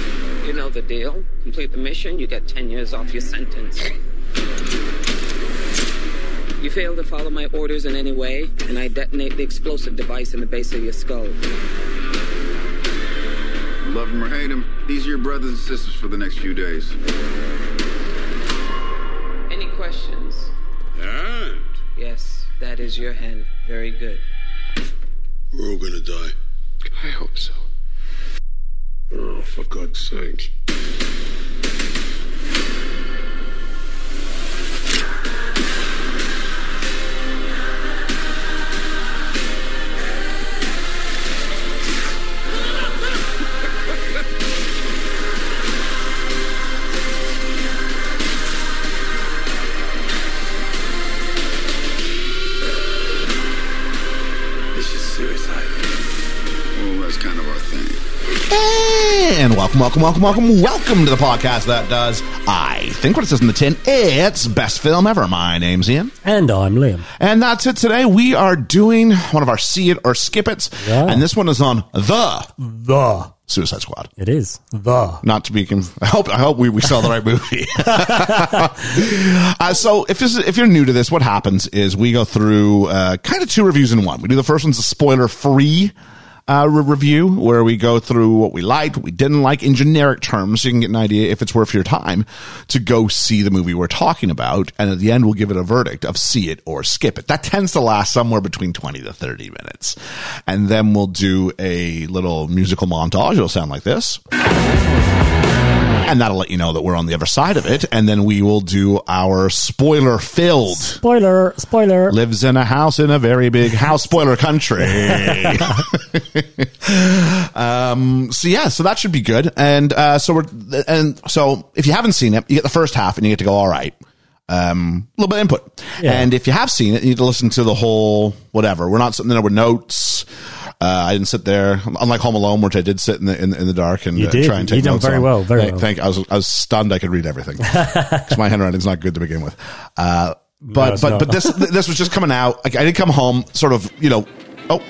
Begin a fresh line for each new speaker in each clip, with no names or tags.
You know the deal. Complete the mission, you get 10 years off your sentence. You fail to follow my orders in any way, and I detonate the explosive device in the base of your skull.
Love him or hate him, these are your brothers and sisters for the next few days.
Any questions?
And
Yes, that is your hand. Very good.
we're all gonna die.
I hope so.
Oh, for God's sake.
This is suicide.
Well, that's kind of our thing.
And welcome, welcome, welcome, welcome, welcome to the podcast that does, I think, what it says in the tin. It's best film ever. My name's Ian.
And I'm Liam.
And that's it today. We are doing one of our see it or skip it's.
Yeah.
And this one is on the
The.
Suicide Squad.
It is. The.
Not to be, conf- I hope, I hope we, we saw the right movie. uh, so if this is, if you're new to this, what happens is we go through, uh, kind of two reviews in one. We do the first one's a spoiler free. Uh, re- review where we go through what we liked, what we didn't like in generic terms, so you can get an idea if it's worth your time to go see the movie we're talking about. And at the end, we'll give it a verdict of see it or skip it. That tends to last somewhere between 20 to 30 minutes. And then we'll do a little musical montage. It'll sound like this and that'll let you know that we're on the other side of it. And then we will do our spoiler filled
Spoiler. Spoiler.
lives in a house in a very big house spoiler country. um, so yeah, so that should be good. And, uh, so we're, and so if you haven't seen it, you get the first half and you get to go, all right, um, a little bit of input.
Yeah.
And if you have seen it, you need to listen to the whole, whatever. We're not sitting there with notes. Uh, I didn't sit there, unlike Home Alone, which I did sit in the in, the- in the dark and
You
uh,
did.
try and take
You done
notes
very
on.
well, very
thank,
well.
Thank. I was I was stunned. I could read everything because my handwriting's not good to begin with. Uh, but
it's
but
not.
but this this was just coming out. Like, I did come home, sort of, you know. Oh,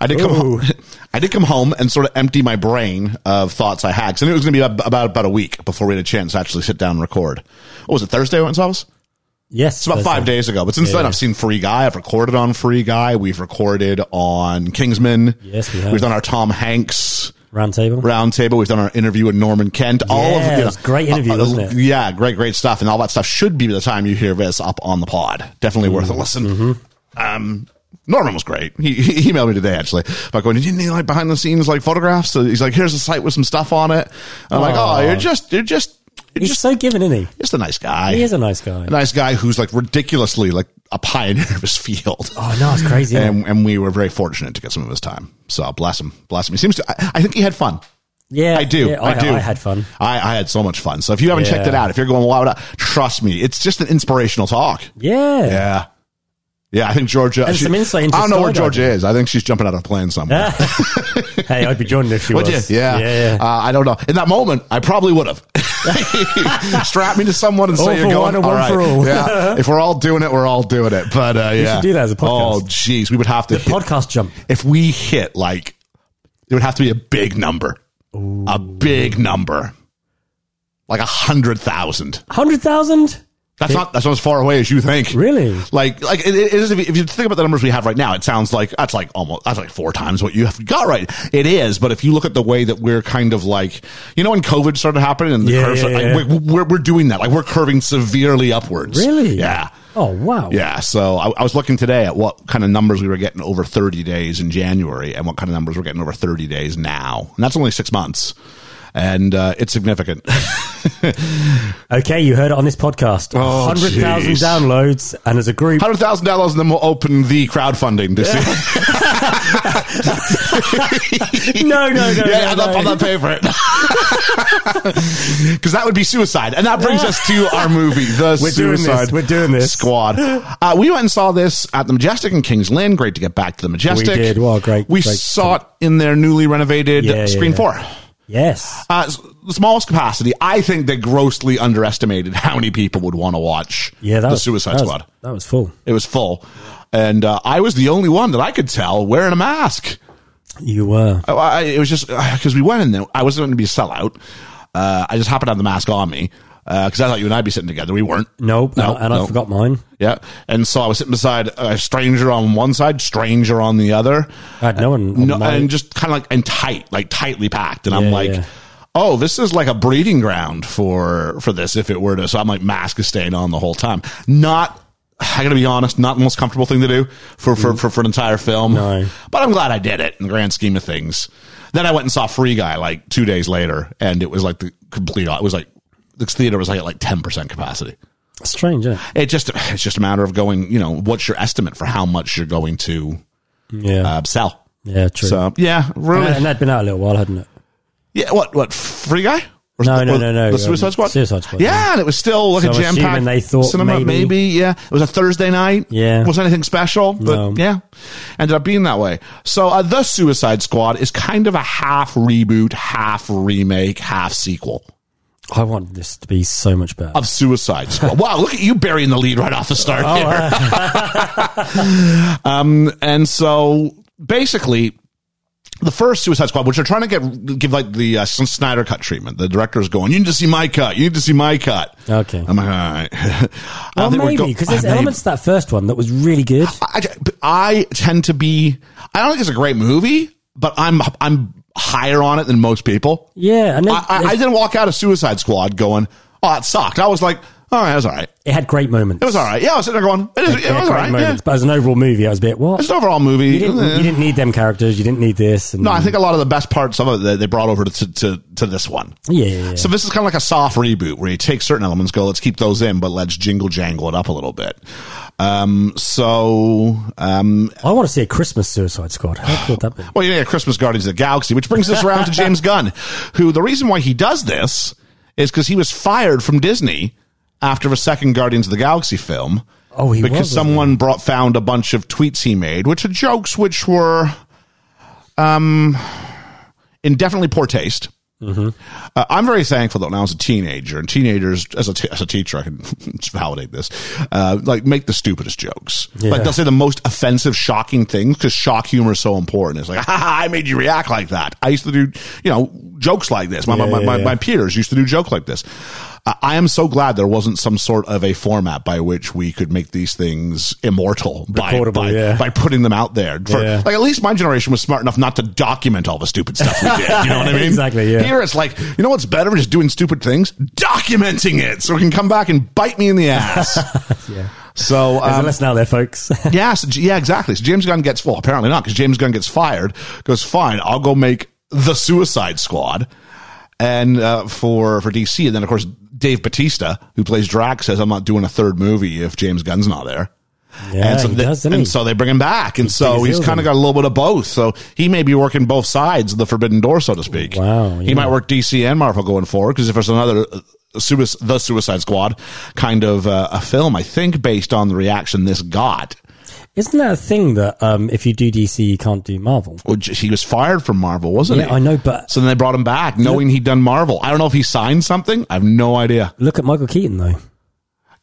I did come. Home, I did come home and sort of empty my brain of thoughts I had. 'Cause I knew it was going to be ab- about about a week before we had a chance to actually sit down and record. What was it Thursday? I went and saw this.
yes.
It's about five days ago. But since then,
Yeah.
I've seen Free Guy. I've recorded on Free Guy. We've recorded on Kingsman.
Yes, we have.
We've done our Tom Hanks
Round table.
roundtable. We've done our interview with Norman Kent. all of uh,
Yeah, it was a great interview, wasn't it?
Yeah, great, great stuff. And all that stuff should be by the time you hear this up on the pod. Definitely worth a
Mm-hmm.
listen. Um, Norman was great. He, he emailed me today actually about going. Did you need like behind the scenes like photographs? So he's like, here's a site with some stuff on it. I'm like,
Aw.
oh, you're just you're just you're
He's
just
so given, isn't
just a nice guy.
he? He is a nice guy.
a nice guy who's like ridiculously like a pioneer of his field
Oh, no, it's crazy. isn't it?
and, and we were very fortunate to get some of his time. So bless him, bless him. He seems to. I, I think he had fun.
yeah.
I do.
yeah,
I, do.
I had fun.
I, I had so much fun. So if you haven't checked
Yeah.
it out, if you're going, wow, wow, trust me, it's just an inspirational talk.
Yeah.
Yeah. Yeah, I think Georgia.
And some insight into
I don't know where
skydiving.
Georgia is. I think she's jumping out of a plane somewhere.
hey, I'd be joining if she
Would you?
was.
Yeah.
Yeah.
Uh, I don't know. In that moment, I probably would have. Strap me to someone and
All
say you're
for
going.
one and one
all right.
for all.
yeah. If we're all doing it, we're all doing it. But uh, yeah,
should do that as a podcast.
Oh, jeez, we would have to. hit-
Podcast jump.
if we hit like it would have to be a big number a big number like a hundred thousand
100,000?
that's not that's not as far away as you think
Really?
like like it, it is if you, if you think about the numbers we have right now it sounds like that's like almost that's like four times what you have got right it is but if you look at the way that we're kind of like you know when covid started happening and the
Yeah,
curves
yeah,
are, like,
yeah.
we're, we're, we're doing that like we're curving severely upwards
Really?
yeah
Oh, wow.
yeah, so I, I was looking today at what kind of numbers we were getting over 30 days in January and what kind of numbers we're getting over 30 days now. And that's only six months. And uh, it's significant.
Okay, you heard it on this podcast.
Oh,
100,000
jeez.
downloads, and as a group,
$100,000 and then we'll open the crowdfunding to see.
no, no, no,
yeah, I'm,
no,
not,
no.
I'm not paying for it. Because that would be suicide. And that brings us to our movie, The
We're doing this.
Suicide
We're doing this.
Squad. Uh, we went and saw this at the Majestic in King's Lynn. Great to get back to the Majestic.
did. Wow, great,
We
great.
saw it in their newly renovated
Yeah, yeah,
Screen
yeah.
4.
Yes.
Uh, s- the smallest capacity, I think they grossly underestimated how many people would want to watch
Yeah, that
the
was,
Suicide
that was-
Squad.
that was full.
It was full. And uh, I was the only one that I could tell wearing a mask. Oh,
You uh, were.
Uh, I, I, it was just because we went in there. I wasn't going to be a sellout. Uh, I just happened to have the mask on me because I thought you and I'd be sitting together. We weren't.
Nope.
No,
and
no.
I forgot mine.
Yeah. And so I was sitting beside a stranger on one side, stranger on the other.
I had no one. On
No,
mine.
and just kind of like and tight, like tightly packed. And I'm
Yeah,
like,
yeah.
oh, this is like a breeding ground for for this if it were to. So I'm like, mask is staying on the whole time. Not. I gotta be honest, not the most comfortable thing to do for for, for, for an entire film.
Mm. No.
But I'm glad I did it in the grand scheme of things. Then I went and saw Free Guy like two days later, and it was like the complete. It was like the theater was like at like ten percent capacity
strange. Yeah.
it just it's just a matter of going you know what's your estimate for how much you're going to
Yeah.
uh, sell
yeah. True.
so yeah really
and that'd been out a little while, hadn't it?
yeah what what free guy Or
No,
the-
no,
or
no, no,
the
um,
Suicide Squad
Suicide Squad,
yeah,
yeah.
and it was still like
So
a
I'm
jam
assuming
packed
they thought
cinema maybe.
maybe-
yeah it was a Thursday night
Yeah.
wasn't anything special but
No.
yeah ended up being that way so uh, the Suicide Squad is kind of a half reboot half remake half sequel
I want this to be so much better.
of Suicide Squad. wow, look at you burying the lead right off the start
Oh,
here. um, and so basically, the first Suicide Squad, which are trying to get give like the uh, Snyder cut treatment. The director's going, "You need to see my cut. You need to see my cut."
Okay.
I'm like, all right. I
well,
think we're
maybe
go-
because there's
I- maybe.
elements to that first one that was really good.
I, but I tend to be. I don't think it's a great movie, but I'm I'm higher on it than most people.
Yeah, and then
I, I, I didn't walk out of Suicide Squad going, "Oh, it sucked." I was like, "All right, it was all right."
it had great moments.
It was all right. Yeah, I was sitting there going, it, is, it
It had
was all
great
right. Yeah.
moments, but as an overall movie, I was a bit what?
It's an overall movie.
You didn't,
Eh.
you didn't need them characters. You didn't need this. And,
no, I think a lot of the best parts of it they, they brought over to, to, to this one.
Yeah, yeah, yeah.
So this is kind of like a soft reboot where you take certain elements, go, let's keep those in, but let's jingle jangle it up a little bit. Um, so, um,
I want to see a Christmas Suicide Squad. How cool would that be?
well, yeah, Christmas Guardians of the Galaxy, which brings us around to James Gunn, who the reason why he does this is because he was fired from Disney after the second Guardians of the Galaxy film.
Oh, he was,
because
wasn't
someone brought found a bunch of tweets he made, which are jokes which were, um, in definitely poor taste.
Mm-hmm.
Uh, I'm very thankful that when I was a teenager, and teenagers, as a, t- as a teacher, I can validate this, uh, like make the stupidest jokes. Like they'll say the most offensive, shocking things because shock humor is so important. It's like, ha, ha, I made you react like that. I used to do, you know, jokes like this. My, my,
Yeah,
my,
yeah,
my,
yeah.
my peers used to do jokes like this. Uh, I am so glad there wasn't some sort of a format by which we could make these things immortal by,
Recordable,
by,
yeah.
by putting them out there. For,
Yeah.
Like at least my generation was smart enough not to document all the stupid stuff we did. You know what I mean?
Exactly, yeah.
Here it's like, you know what's better than just doing stupid things? Documenting it so it can come back and bite me in the ass.
Yeah.
So,
There's a
um,
lesson out there, folks.
yeah, so, yeah, exactly. So James Gunn gets, well, apparently not, because James Gunn gets fired, goes, fine, I'll go make the Suicide Squad. And uh, for, for DC. And then, of course, Dave Batista, who plays Drax, says, I'm not doing a third movie if James Gunn's not there
yeah,
and so,
he
they,
does, doesn't
and
he?
so they bring him back, and so
his
he's
heels
kind of
in.
got a little bit of both. So he may be working both sides of the forbidden door, so to speak.
Wow,
he
yeah.
might work DC and Marvel going forward because if there's another uh, Suic- the Suicide Squad kind of uh, a film, I think based on the reaction this got,
Isn't that a thing that um, if you do DC, you can't do Marvel?
which he was fired from Marvel, wasn't
Yeah,
he?
I know, but-
so then they brought him back, knowing he'd done Marvel. I don't know if he signed something. I have no idea.
Look at Michael Keaton though.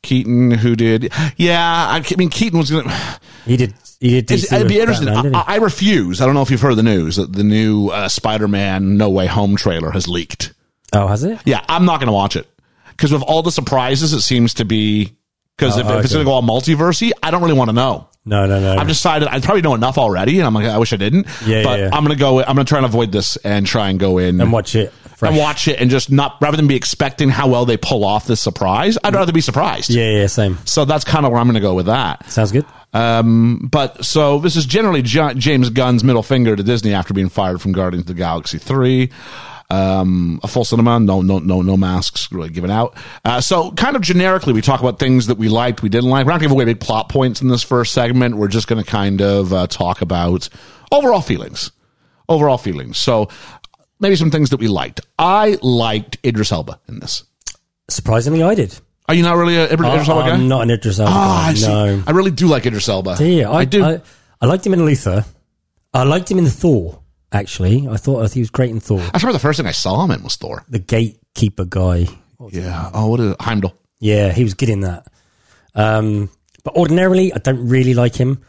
Keaton, who did? Yeah, I I mean Keaton was gonna.
He did. He did. DC
It's, it'd be
with
interesting.
Batman, didn't
I,
he?
I refuse. I don't know if you've heard the news that the new uh, Spider-Man No Way Home trailer has leaked.
oh, has it?
Yeah, I'm not going to watch it because with all the surprises, it seems to be because if, if it's
Oh, okay.
going to go all multiversey, I don't really want to know.
No, no, no.
I've decided I probably know enough already, and I'm like, I wish I didn't.
Yeah,
but
yeah, yeah.
I'm gonna go. I'm gonna try and avoid this and try and go in
and watch it. Fresh.
and watch it and just not rather than be expecting how well they pull off this surprise. I'd rather be surprised.
Mm. Yeah, yeah, same.
So that's kind of where I'm gonna go with that.
Sounds good.
Um, but so this is generally J- James Gunn's middle finger to Disney after being fired from Guardians of the Galaxy three. Um, a full cinema, no, no, no, no masks really given out. Uh, so kind of generically, we talk about things that we liked, we didn't like. We're not going to give away big plot points in this first segment. We're just going to kind of uh, talk about overall feelings, overall feelings. So maybe some things that we liked. I liked Idris Elba in this.
Surprisingly, I did.
Are you not really a Idris
I,
Elba guy?
I'm not an Idris Elba.
Ah, I
guy,
see.
Uh, no.
I really do like Idris Elba.
Yeah, I,
I do.
I, I liked him in Luther. I liked him in Thor. Actually, I thought I thought he was great in Thor.
I remember the first thing I saw him in was Thor.
The gatekeeper guy.
Yeah. Oh, what is it? Heimdall?
Yeah, he was good in that. Um, but ordinarily, I don't really like him.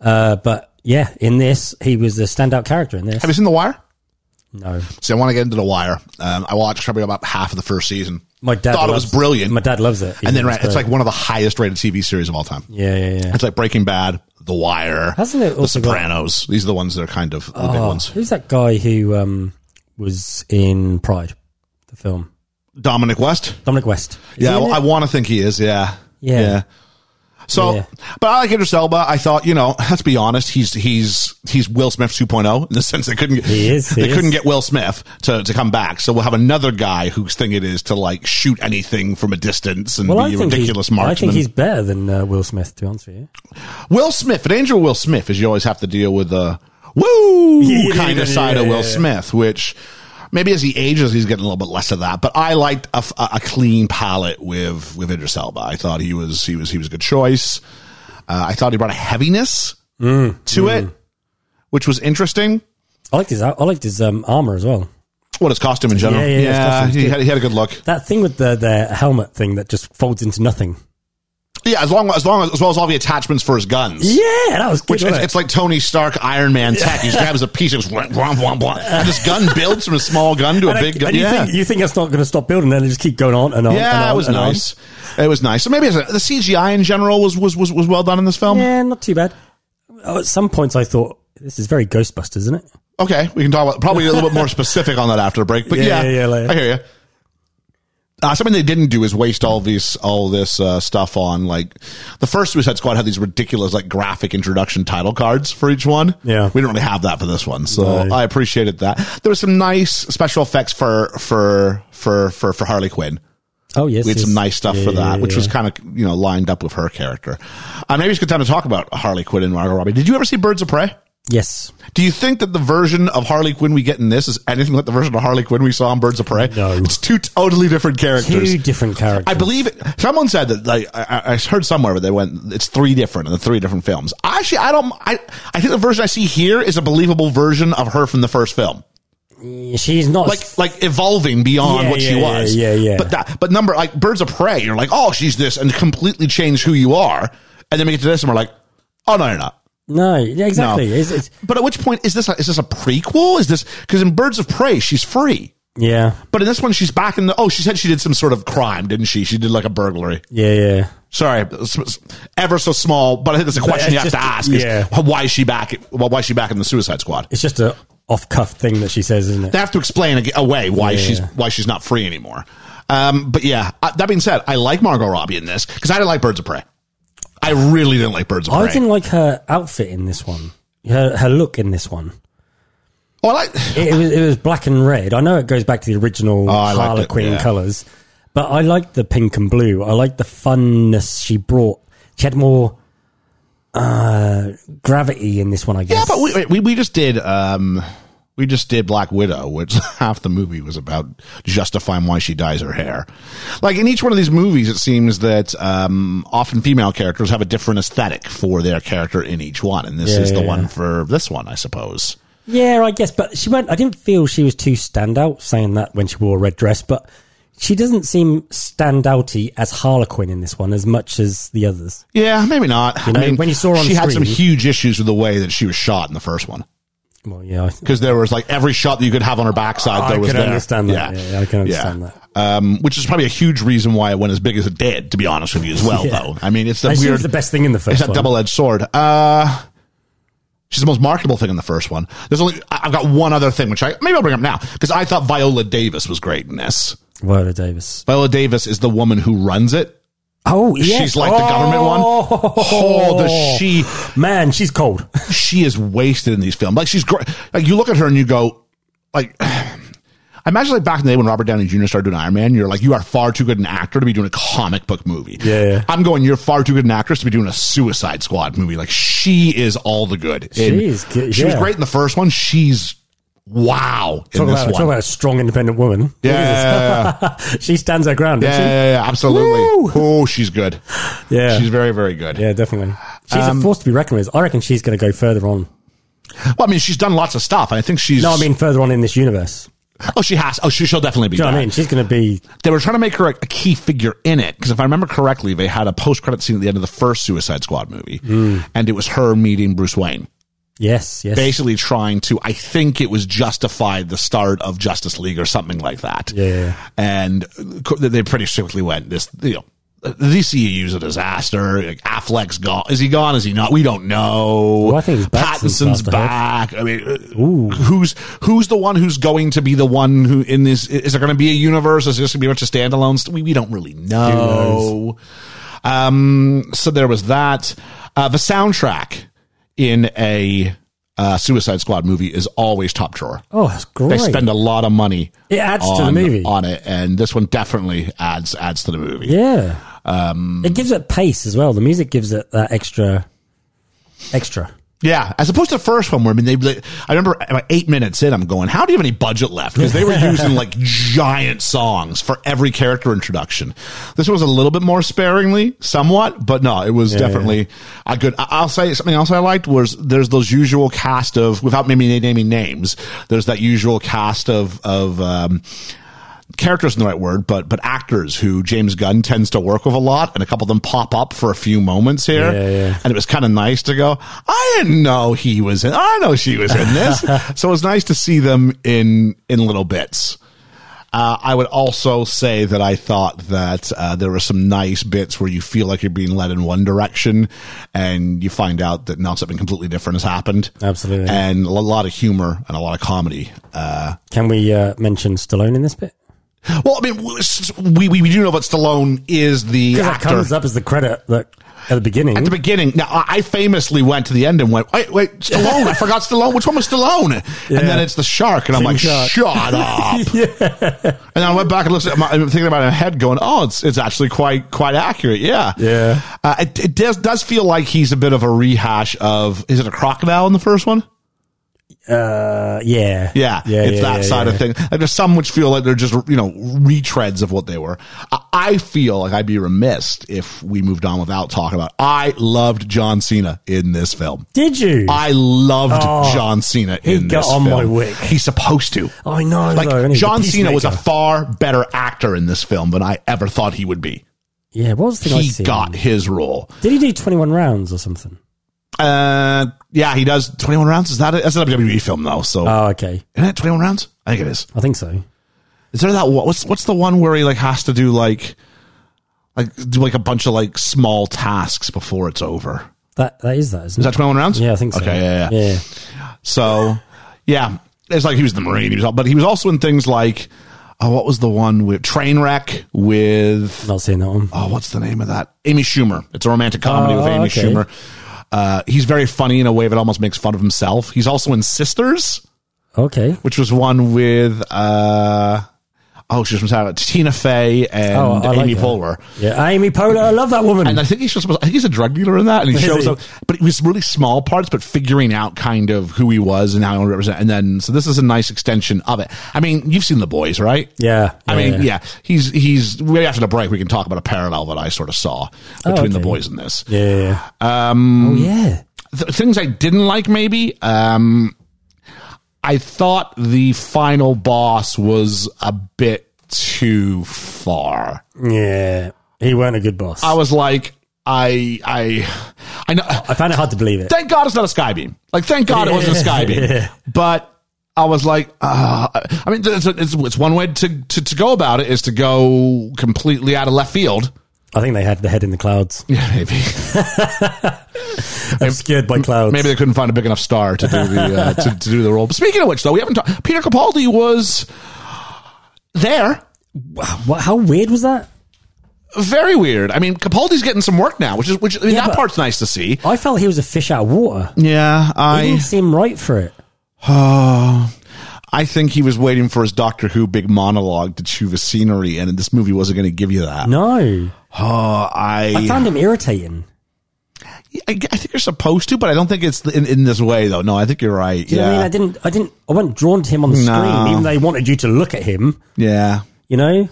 Uh, but yeah, in this, he was the standout character in this.
Have you seen The Wire?
No,
See, I want to get into The Wire. Um, I watched probably about half of the first season.
my dad
thought
loves,
it was brilliant.
My dad loves it, He
and then
thinks
right, it's
great.
like one of the highest rated TV series of all time.
yeah, yeah, yeah.
It's like Breaking Bad, The Wire,
Hasn't it
The
also got-
Sopranos. These are the ones that are kind of the big
Oh,
ones.
Who's that guy who um, was in Pride, the film?
Dominic West.
Dominic West. Is
Yeah,
he in
well, I
it?
want to think he is. Yeah.
Yeah.
So,
Yeah.
but I like Idris Elba. I thought, you know, let's be honest, he's he's he's Will Smith 2.0 in the sense they couldn't get,
He is, he
they
is.
couldn't get Will Smith to, to come back. So we'll have another guy whose thing it is to like shoot anything from a distance and
well,
be
I
a
think
ridiculous
he's,
marksman.
I think he's better than uh, Will Smith, to answer you.
Will Smith, an angel Will Smith, is you always have to deal with the woo
Yeah,
kind
yeah,
of side
yeah,
of Will
yeah.
Smith, which maybe as he ages, he's getting a little bit less of that. But I liked a, f- a clean palette with with Idris Elba. I thought he was he was he was a good choice. Uh, I thought he brought a heaviness
Mm,
to it, which was interesting.
I liked his, I liked his um, armor as well.
What his costume in general?
Yeah, yeah, his costume's
he,
good.
had, he had a good look.
That thing with the, the helmet thing that just folds into nothing.
Yeah, as long as long as, as well as all the attachments for his guns.
Yeah, that was good.
Which it's,
wasn't it?
it's like Tony Stark Iron Man tech. He just grabs a piece of womp, womp, womp. And this gun builds from a small gun to a
And I-
big gun.
and you,
Yeah.
think, you think that's not going to stop building, then they just keep going on and on. and
yeah,
on
it was
and on.
nice. It was nice. So maybe it's a, the CGI in general was, was, was, was well done in this film.
Yeah, not too bad. Oh, at some points, I thought this is very Ghostbusters, isn't it?
Okay, we can talk about probably a little bit more specific on that after the break. But yeah,
Yeah, yeah, yeah, later.
I hear you. Uh, something they didn't do is waste all these all this uh, stuff on like the first Suicide Squad had these ridiculous like graphic introduction title cards for each one.
Yeah.
we didn't really have that for this one, so
No.
I appreciated that. There was some nice special effects for for for for for Harley Quinn.
Oh yes,
We had
yes.
some nice stuff
Yeah,
for that,
yeah,
which was
yeah.
kind of you know lined up with her character. Uh, maybe it's a good time to talk about Harley Quinn and Margot Robbie. Did you ever see Birds of Prey?
yes.
Do you think that the version of Harley Quinn we get in this is anything like the version of Harley Quinn we saw in Birds of Prey?
No.
It's two totally different characters.
Two different characters.
I believe it, someone said that like, I, I I heard somewhere where they went it's three different in the three different films. Actually, I don't. I I think the version I see here is a believable version of her from the first film,
she's not
like like evolving beyond
Yeah,
what she
yeah, yeah,
was.
yeah, yeah.
But that but number like Birds of Prey, you're like oh she's this and completely change who you are, and then we get to this and we're like oh no you're not.
no, yeah, exactly.
No.
It's, it's,
But at which point is this? A, is this a prequel? Is this because in Birds of Prey she's free,
yeah,
but in this one she's back in the. Oh, she said she did some sort of crime, didn't she? She did like a burglary.
yeah, yeah.
Sorry, s- s- ever so small, but I think that's a question you have
it's
to
just-
ask. Is
yeah.
why is she back? Well, why is she back in the Suicide Squad?
It's just a off-cuff thing that she says, isn't it?
They have to explain ag- away why
Yeah.
she's why she's not free anymore. Um, but yeah, uh, that being said, I like Margot Robbie in this because I didn't like Birds of Prey. I really didn't like Birds of
I
Prey.
didn't like her outfit in this one. Her her look in this one.
oh, I like.
It, it was it was black and red. I know it goes back to the original
Oh, I liked it,
Harlequin
yeah.
colors, but I liked the pink and blue. I liked the funness she brought. She had more uh, gravity in this one, I guess.
Yeah, but we, we we just did um we just did Black Widow, which half the movie was about justifying why she dyes her hair. Like in each one of these movies, it seems that um, often female characters have a different aesthetic for their character in each one, and this
Yeah,
is the
yeah,
one
yeah.
for this one, I suppose.
Yeah, I guess, but she went. I didn't feel she was too standout saying that when she wore a red dress, but she doesn't seem standouty as Harlequin in this one as much as the others.
Yeah, maybe not.
know, when you saw her on
she had some
screen-
huge issues with the way that she was shot in the first one.
Well, yeah, I,
because there was like every shot that you could have on her backside.
Oh, I
there was
could
there.
understand that. Yeah, I can understand that.
Um, which is probably a huge reason why it went as big as it did. To be honest with you, as well
Yeah.
though. I mean, it's the
And she
weird.
was the best thing in the first
It's that
one.
double-edged sword. Uh, she's the most marketable thing in the first one. There's only I- I've got one other thing which I maybe I'll bring up now because I thought Viola Davis was great in this.
Viola Davis.
Viola Davis is the woman who runs it.
Oh, yes.
She's like the government one. Oh, does she
Man, she's cold.
she is wasted in these films. Like she's great. Like you look at her and you go, like, I imagine like back in the day when Robert Downey Jr. started doing Iron Man, you're like, you are far too good an actor to be doing a comic book movie.
Yeah, yeah.
I'm going, you're far too good an actress to be doing a Suicide Squad movie. Like she is all the good. And
She is good,
She was
yeah.
great in the first one. She's wow in
Talk
this
about, talk
one.
about a strong, independent woman.
yeah,
Jesus. she stands her ground,
yeah,
doesn't
yeah, yeah, absolutely.
Woo!
Oh, she's good.
she? Yeah.
She's very, very good.
yeah, definitely. She's
Um,
a force to be reckoned with. I reckon she's going to go further on.
Well, I mean, she's done lots of stuff, and I think she's.
No, I mean further on in this universe.
oh, she has. Oh, she, she'll definitely be.
Do you know
back.
what I mean? She's going to be
they were trying to make her a, a key figure in it because if I remember correctly, they had a post credit scene at the end of the first Suicide Squad movie, and it was her meeting Bruce Wayne.
Yes, yes.
basically trying to i think it was justified the start of justice league or something like that
Yeah, yeah, yeah.
and co- they pretty strictly went this you know this CEU's a disaster. Like, Affleck's gone. Is he gone? Is he not? We don't know.
Well, I think he's back since
Pattinson's
last I
back. I mean, uh, who's who's the one who's going to be the one who in this? Is there going to be a universe? Is there going to be a bunch of standalones? We we don't really know. Um, so there was that. Uh, the soundtrack in a uh, Suicide Squad movie is always top drawer.
Oh, that's great.
They spend a lot of money.
It adds to the
on-
movie.
on it, and this one definitely adds adds to the movie.
yeah. Um, it gives it pace as well. The music gives it that extra, extra.
Yeah, as opposed to the first one where I mean they, I remember about eight minutes in, I'm going, how do you have any budget left? Because they were using like giant songs for every character introduction. This was a little bit more sparingly, somewhat, but no, it was definitely a good. I- I'll say something else I liked was there's those usual cast of without maybe naming names. There's that usual cast of of. Um, characters isn't the right word, but but actors who James Gunn tends to work with a lot, and a couple of them pop up for a few moments here,
Yeah, yeah.
and it was kind of nice to go. I didn't know he was in. I know she was in this, so it was nice to see them in in little bits. Uh, I would also say that I thought that uh, there were some nice bits where you feel like you're being led in one direction, and you find out that now something completely different has happened.
Absolutely.
and a lot of humor and a lot of comedy.
Can we uh, mention Stallone in this bit?
Well, I mean, w- s- we, we, we do know that Stallone is the
Because that
actor.
comes up as the credit that at the beginning.
At the beginning, now I I famously went to the end and went, wait, wait, Stallone, I forgot Stallone. Which one was Stallone? And then it's the shark, and I'm like,
shark.
shut up. And I went back and looked at my, I'm thinking about it in my head going, oh, it's, it's actually quite, quite accurate. Yeah.
Yeah.
Uh, it it does, does feel like he's a bit of a rehash of, is it a crocodile in the first one?
uh, yeah.
Yeah, it's that side
yeah.
of thing. Like there's some which feel like they're just you know retreads of what they were. I, I feel like I'd be remiss if we moved on without talking about. I loved John Cena in this film.
Did you? I,
I loved
Oh,
John Cena
he
in
got
this
on
film.
my wick. Oh,
He's supposed to.
know.
Like
though, and he's
John Cena was a
peacemaker.
far better actor in this film than I ever thought he would be.
yeah. What was the thing I
He
seen?
got his role.
Did he do twenty one rounds or something?
Uh, yeah, he does 21 rounds. Is that it? That's a WWE film though. So
Oh, okay.
isn't it 21 rounds? I think it is.
I think so.
Is there that one- what's what's the one where he like has to do like like do like a bunch of like small tasks before it's over?
That that is that, isn't
Is
it?
that twenty one rounds?
yeah, I think so.
Okay, yeah, yeah.
yeah.
So yeah, it's like he was the marine. He was, all- but he was also in things like oh, what was the one with Trainwreck with
Not seeing that one.
oh, what's the name of that? Amy Schumer. It's a romantic comedy
Oh,
with Amy
okay.
Schumer. Uh, he's very funny in a way that almost makes fun of himself. He's also in Sisters,
Okay.
which was one with uh, oh, she's from Saturday, Tina Fey and
Oh, I like
Amy
that.
Poehler.
Yeah, Amy Poehler. I love that woman.
And I think he's just, I think he's a drug dealer in that, and he
Is
shows
he?
up, but it was really small parts, but figuring out kind of who he was and how he wanted to represent. And then, so this is a nice extension of it. I mean, you've seen the boys, right?
yeah.
I mean, yeah, he's he's right after the break. We can talk about a parallel that I sort of saw between the
Oh, okay.
boys and this.
Yeah. yeah, Um. Oh yeah.
Th- things I didn't like, maybe. Um, I thought the final boss was a bit too far.
Yeah. He weren't a good boss.
I
I,
was like, I, I, I know.
found it hard to believe it.
thank God it's not a skybeam. Like, thank God it wasn't a skybeam. But I was like, uh, I mean, it's, it's, it's one way to, to, to go about it is to go completely out of left field.
I think they had the head in the clouds,
Yeah, maybe.
obscured by clouds.
Maybe they couldn't find a big enough star to do the uh, to, to do the role. But speaking of which, though, we haven't talked. Peter Capaldi was there.
What, how weird was that?
Very weird. I mean, Capaldi's getting some work now, which is which. I mean,
Yeah,
that
but-
part's nice to see.
I felt he was a fish out of water.
Yeah,
He
I
didn't seem right for it.
Oh, I think he was waiting for his Doctor Who big monologue to chew the scenery, and this movie wasn't going to give you that.
No,
Oh, I,
I found him irritating.
I, I think you're supposed to, but I don't think it's in, in this way, though. No, I think you're right.
Do you
yeah,
know what I mean? I didn't, I didn't, I wasn't drawn to him on the screen, even though they wanted you to look at him.
yeah.
You know,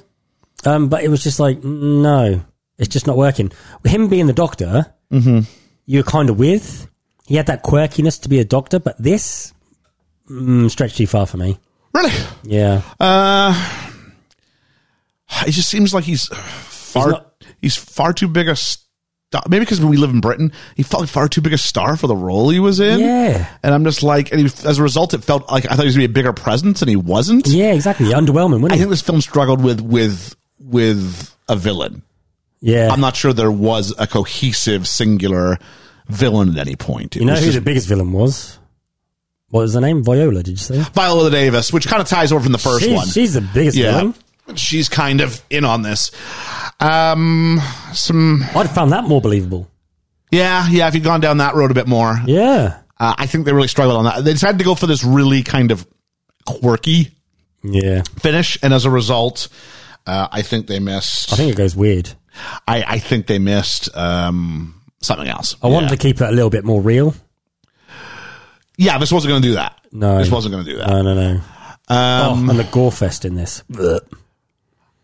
um, but it was just like, no, it's just not working. Him being the doctor,
Mm-hmm.
you're kind of with. He had that quirkiness to be a doctor, but this mm, stretched too far for me.
Really?
Yeah,
Uh, it just seems like he's far. He's,
not-
far too big a s- star. Maybe because we live in Britain, he felt like far too big a star for the role he was in.
Yeah.
And I'm just like, and he, as a result, it felt like I thought he was going to be a bigger presence, and he wasn't.
Yeah, exactly. Underwhelming,
I
wouldn't
think
it?
this film struggled with with with a villain.
Yeah.
I'm not sure there was a cohesive, singular villain at any point. It
you know
was
who
just
the biggest villain was? What was her name? Viola, did you say?
Viola Davis, which kind of ties over from the first
she's,
one.
she's the biggest
yeah,
villain.
she's kind of in on this. Um, some
I'd have found that more believable.
yeah, yeah. If you'd gone down that road a bit more,
Yeah.
uh, I think they really struggled on that. They decided to go for this really kind of quirky
Yeah.
finish, and as a result, uh, I think they missed.
I think it goes weird.
I, I think they missed um, something else.
I wanted to keep it a little bit more real.
Yeah, this wasn't going to do that.
No.
this wasn't going to do that.
No, no, no. Um, and the gore fest in this. Blech.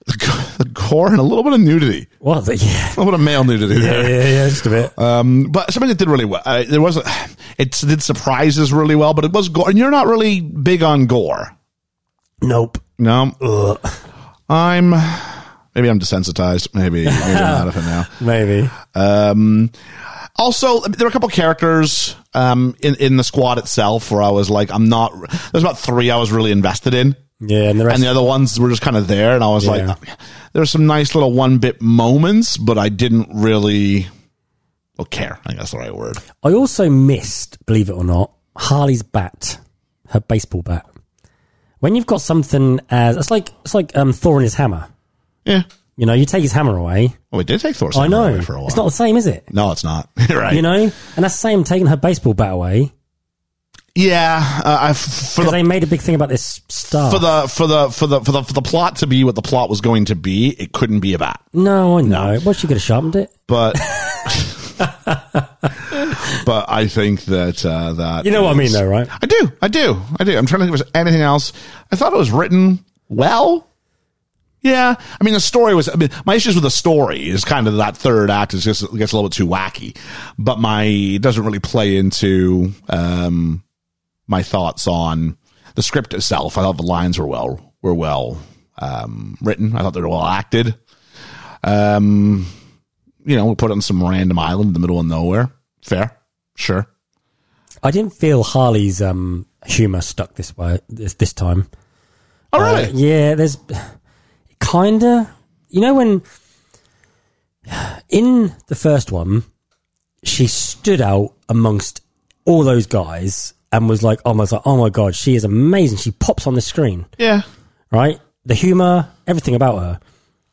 The, g- the gore and a little bit of nudity,
What? The, yeah.
a
Uh,
little bit of male nudity there.
Yeah, yeah, yeah, just a bit.
Um, but something that did really well. Uh, there was a, it did surprises really well, but it was gore. And you're not really big on gore.
nope.
No, I'm. Maybe I'm desensitized. Maybe, maybe I'm out of it now.
Maybe.
Um, also, there were a couple characters um, in in the squad itself where I was like, I'm not. There's about three I was really invested in,
Yeah, and the rest.
and the other ones were just kind of there. And I was
Yeah.
like, "Uh, there's some nice little one bit moments, but I didn't really well, care. I think that's the right word.
I also missed, believe it or not, Harley's bat, her baseball bat. When you've got something as it's like it's like um, Thor and his hammer.
Yeah.
You know, you take his hammer away.
Well, it did take Thor's
I know
away for a while.
it's not the same, is it?
no, it's not. You're right.
You know, and that's the same taking her baseball bat away
yeah. Uh, I, for
because they
the
made a big thing about this star.
for the for the for the for the for the plot to be what the plot was going to be, it couldn't be a bat.
no, I know. Well, she could have sharpened it.
but but I think that uh, that
You know what I mean,
is-
though, right?
I do, I do, I do. I'm trying to think if there's anything else. I thought it was written well. Yeah, I mean the story was. I mean, my issues with the story is kind of that third act is just it gets a little bit too wacky, but my it doesn't really play into um my thoughts on the script itself. I thought the lines were well were well um written. I thought they were well acted. Um, you know, we put it on some random island in the middle of nowhere. Fair, sure.
I didn't feel Harley's um, humor stuck this way this, this time.
Oh,
Uh,
really?
yeah, there's kinda. You know when in the first one, she stood out amongst all those guys and was like, almost like, oh my god, she is amazing. She pops on the screen,
yeah.
right? The humor, everything about her.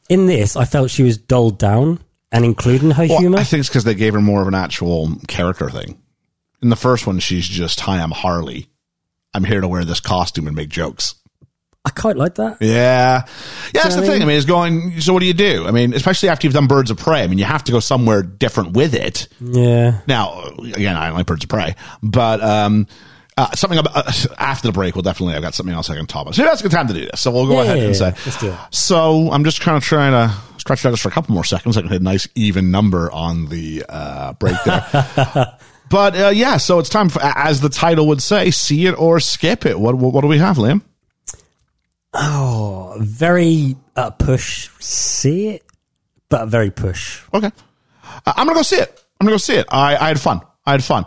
In this, I felt she was dulled down and including her
Well,
humor.
I think it's because they gave her more of an actual character thing. In the first one, she's just, "Hi, I'm Harley. I'm here to wear this costume and make jokes."
I quite like that.
Yeah, yeah. That's the
I
thing. I
mean-
mean, it's going. So, what do you do? I mean, especially after you've done Birds of Prey. I mean, you have to go somewhere different with it.
Yeah.
Now, again, I like Birds of Prey, but um, uh, something about, uh, after the break, we'll definitely. I've got something else I can talk about. So that's a good time to do this. So we'll go
Yeah,
ahead
yeah,
and
yeah.
say.
Let's do it.
So I'm just kind of trying to stretch it out just for a couple more seconds. I can hit a nice even number on the uh, break there. but uh, yeah, so it's time for, as the title would say, see it or skip it. What what, what do we have, Liam?
Very uh, push. See it, but very push.
Okay. I- I'm going to go see it. I'm going to go see it. I, I had fun. I had fun.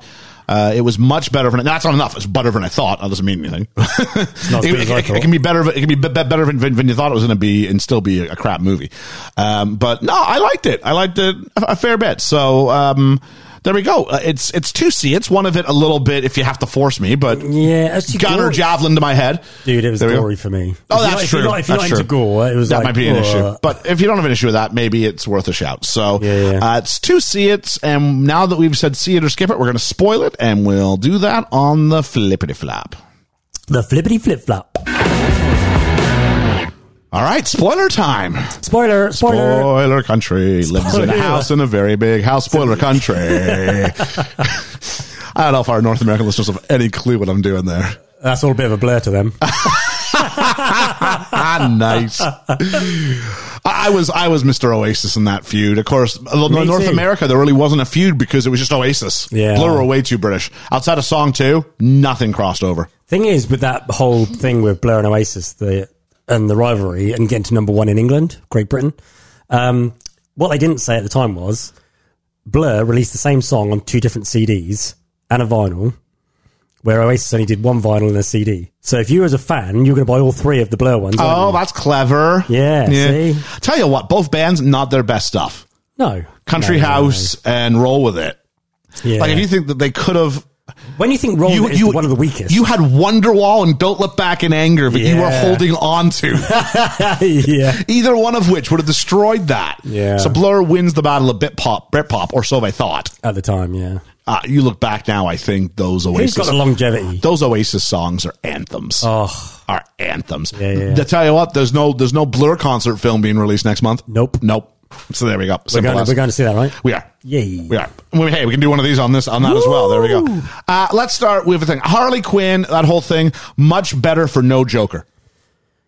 Uh, it was much better than that's not enough. It's better than I thought. That doesn't mean anything.
not as
it,
good as I
it- it
thought.
can be better. It can be be- better than, than you thought it was going to be, and still be a, a crap movie. Um, but no, I liked it. I liked it a, a fair bit. So um, there we go. Uh, it's it's two C. It's one of it a little bit if you have to force me. But
Yeah, actually,
gunner
gore-
javelin to my head,
Dude, it was
There we go.
gory for me.
Oh, that's
If you're not- if
true.
You're not, if you're
That's
not into
true.
gore, it was
that
like,
might be an issue.
"Ugh."
But if you don't have an issue with that, maybe it's worth a shout. So
Yeah, yeah.
Uh, it's two see it, and now that we've said see it or skip it, we're going to spoil it, and we'll do that on the flippity flap.
the flippity flip flop.
All right, spoiler time.
Spoiler, spoiler.
Spoiler country lives in a
Spoiler.
house in a very big house. Spoiler country. I don't know if our North American listeners have any clue what I'm doing there.
That's all a bit of a blur to them.
ah, nice. I I was I was Mr. Oasis in that feud. Of course, although
Me
in North
too.
America there really wasn't a feud because it was just Oasis.
Yeah.
Blur were way too British. Outside of song two, nothing crossed over.
thing is, with that whole thing with Blur and Oasis, the and the rivalry, and getting to number one in England, Great Britain. Um, what they didn't say at the time was Blur released the same song on two different CDs and a vinyl, where Oasis only did one vinyl and a CD. So if you as a fan, you're going to buy all three of the Blur ones. aren't
Oh, that's clever.
Yeah, see?
Tell you what, both bands, not their best stuff.
you? no
Country
No, no, no.
House and Roll With It.
Yeah.
Like, if you think that they could have.
when you think Roll
You,
With It is
you,
one of the weakest,
You had Wonderwall and Don't Look Back in Anger, but you were
Yeah.
holding on to.
yeah,
Either one of which would have destroyed that.
Yeah.
So Blur wins the battle of Britpop, Britpop, or so they thought.
at the time, yeah.
Uh, you look back now, I think those
Who's
Oasis
got the longevity?
those Oasis songs are anthems.
Oh,
Are anthems.
Yeah, yeah, yeah.
To tell you what, there's no there's no Blur concert film being released next month.
Nope.
Nope. So there we go.
we're
Simple
going,
as-
we're going to see that, right?
we are.
Yay.
We are. Well, hey, we can do one of these on this on that as well. There we go. Uh, let's start with a thing. Harley Quinn. That whole thing much better for no Joker.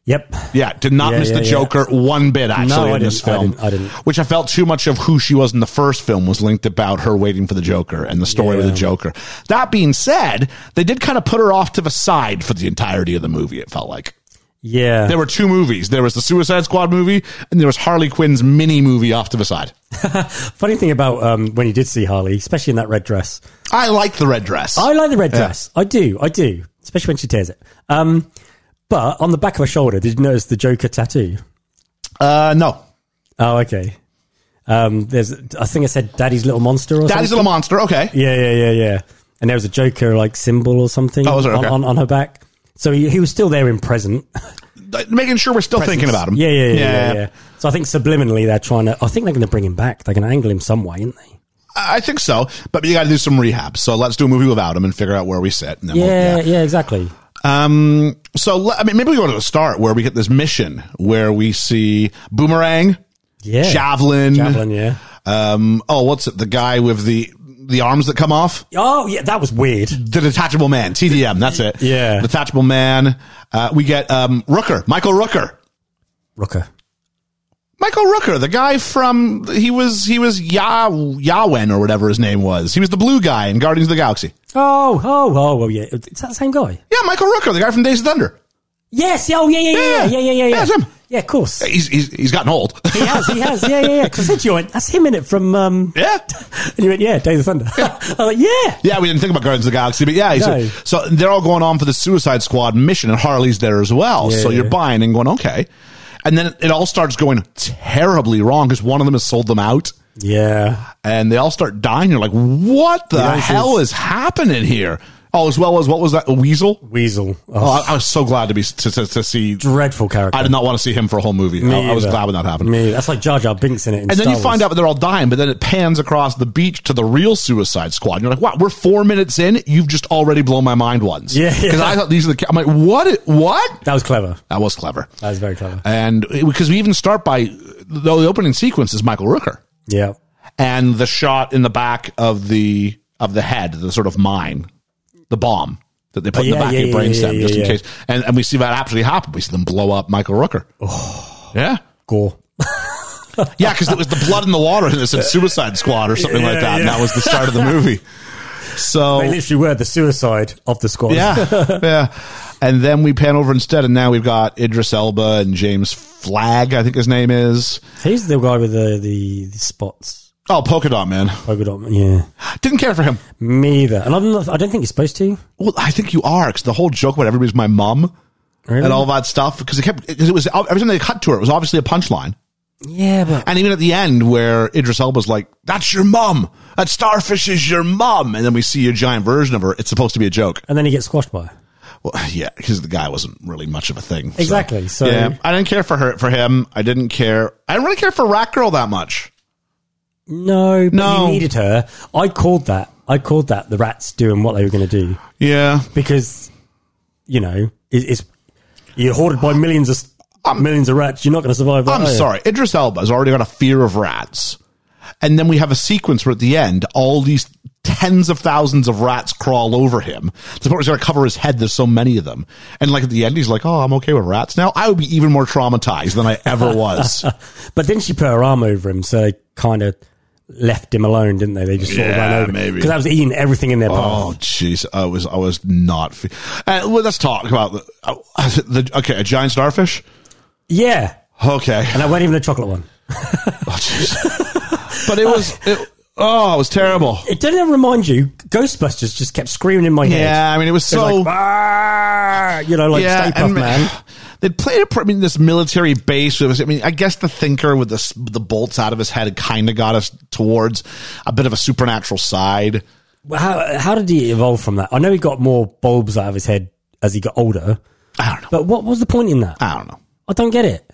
Yep.
Yeah, did not
Yeah,
miss
yeah,
the
yeah.
Joker one bit
No, I
actually in this
didn't, I
film.
didn't, I didn't.
Which I felt too much of who she was in the first film was linked about her waiting for the Joker and the story with the
Yeah.
Joker. That being said, they did kind of put her off to the side for the entirety of the movie, it felt like.
Yeah.
There were two movies. There was the Suicide Squad movie and there was Harley Quinn's mini movie off to the side.
Funny thing about um, when you did see Harley, especially in that red dress.
I like the red dress.
I like the red
Yeah.
dress. I do. I do. Especially when she tears it. Um, but on the back of her shoulder, did you notice the Joker tattoo?
uh no.
Oh, okay. Um, there's, I think it said Daddy's Little Monster or
Daddy's
something.
Little Monster. Okay.
Yeah, yeah, yeah, yeah. And there was a Joker like symbol or something
Oh, was there?
on,
Okay.
on, on her back. So he, he was still there in present.
Th- Uh, Making sure we're still thinking about him.
Yeah, yeah, yeah, yeah, yeah. So I think subliminally they're trying to. I think they're going to bring him back. They're going to angle him some way, aren't they?
I think so, but you got to do some rehab. So let's do a movie without him and figure out where we sit. And then we'll-
Yeah, yeah, exactly.
Um, so le- I mean, maybe we go to the start where we get this mission where we see Boomerang,
Yeah,
Javelin,
Javelin, yeah.
um, oh, what's it? The guy with the the arms that come off,
Oh, yeah, that was weird.
the detachable man, TDM. That's it.
Yeah.
detachable man. Uh, we get um, Rooker, Michael Rooker.
Rooker.
Michael Rooker, the guy from he was he was Yah Yahwen or whatever his name was. He was the blue guy in Guardians of the Galaxy.
Oh, oh, oh, well, yeah. It's that the same guy.
Yeah, Michael Rooker, the guy from Days of Thunder.
Yes. yeah, Oh, yeah, yeah,
Yeah.
yeah, yeah, yeah, yeah,
Yeah,
yeah.
it's him.
Yeah, of course.
He's he's, he's gotten old.
He has. He has. Yeah, yeah, yeah. Because you went, that's him in it from. Um,
yeah.
and you went, yeah, Days of Thunder. I was like, yeah.
Yeah, we didn't think about Guardians of the Galaxy, but yeah. he's-
No.
So they're all going on for the Suicide Squad mission, and Harley's there as well.
Yeah,
so you're
yeah.
buying and going, okay. And then it all starts going terribly wrong because one of them has sold them out,
Yeah.
and they all start dying. You're like, what the
Yeah, this
hell is happening here? Oh, as well as what was that? A weasel?
Weasel.
Oh,
Oh,
I, I was so glad to be to, to, to see.
dreadful character.
I did not want to see him for a whole movie. I, I was
either.
glad when that happened.
Me. That's like Jar Jar Binks in it.
And then you find out they're all dying, but then it pans across the beach to the real Suicide Squad. And you're like, wow, we're four minutes in. You've just already blown my mind once.
Yeah, yeah.
Because I thought these are the, ca- I'm like, what? it- What?
That was clever.
That was clever.
That was very clever.
And it- because we even start by, though the opening sequence is Michael Rooker
Yeah.
and the shot in the back of the, of the head, the sort of mine, the bomb that they put in the
yeah,
back
yeah,
of your
yeah, yeah,
brainstem
yeah,
just in
yeah.
case. And, and we see that actually happen. We see them blow up Michael Rooker.
Oh.
Yeah.
Gore.
Yeah, because it was the blood in the water and it said Suicide Squad or something like
Yeah,
that. And
yeah.
that was the start of the movie.
They
So,
literally were the suicide of the squad.
yeah, yeah. And then we pan over instead, and now we've got Idris Elba and James Flag, I think his name is.
He's the guy with the, the, the spots.
Oh, Polka Dot Man.
Polka dot. Yeah.
Didn't care for him.
Me either. And I'm not, I don't think you're supposed to.
Well, I think you are, because the whole joke about everybody's my mum
Really?
and all that stuff, because it kept, because it was, every time they cut to her, it was obviously a punchline.
Yeah, but.
And even at the end, where Idris Elba's like, that's your mum. That starfish is your mum. And then we see a giant version of her. It's supposed to be a joke.
And then he gets squashed by. her.
Well, yeah, because the guy wasn't really much of a thing. so-
Exactly. So,
yeah, I didn't care for her for him. I didn't care. I didn't really care for Rat Girl that much.
no, but
No.
you needed her. I called that. I called that the rats doing what they were going to do
Yeah,
because, you know, it, it's you're hoarded by millions of s- millions of rats. You're not going to survive. that,
I'm
are you?
sorry. Idris Elba's already got a fear of rats, and then we have a sequence where at the end, all these tens of thousands of rats crawl over him. The point he's going to cover his head. There's so many of them, and like at the end, he's like, "Oh, I'm okay with rats now." I would be even more traumatized than I ever was.
But then she put her arm over him, so they kind of left him alone, didn't they? They just sort of
Yeah,
ran over
maybe.
because I was eating everything in their
Oh
path.
jeez, I was I was not. Fe- uh, well, let's talk about the, uh, the okay, a giant starfish.
Yeah,
Okay,
and I wasn't even a chocolate one.
Oh, jeez. but it was it, Oh, it was terrible.
It didn't ever remind you. Ghostbusters just kept screaming in my head.
Yeah, I mean, it was
It was
so.
like, "Ah," you know, like Stay Puft Man.
They'd played a, pr- I mean, this military base. It was, I mean, I guess the thinker with the, s- the bolts out of his head kind of got us towards a bit of a supernatural side.
How how did he evolve from that? I know he got more bulbs out of his head as he got older,
I don't know.
but what was the point in that?
I don't know.
I don't get it.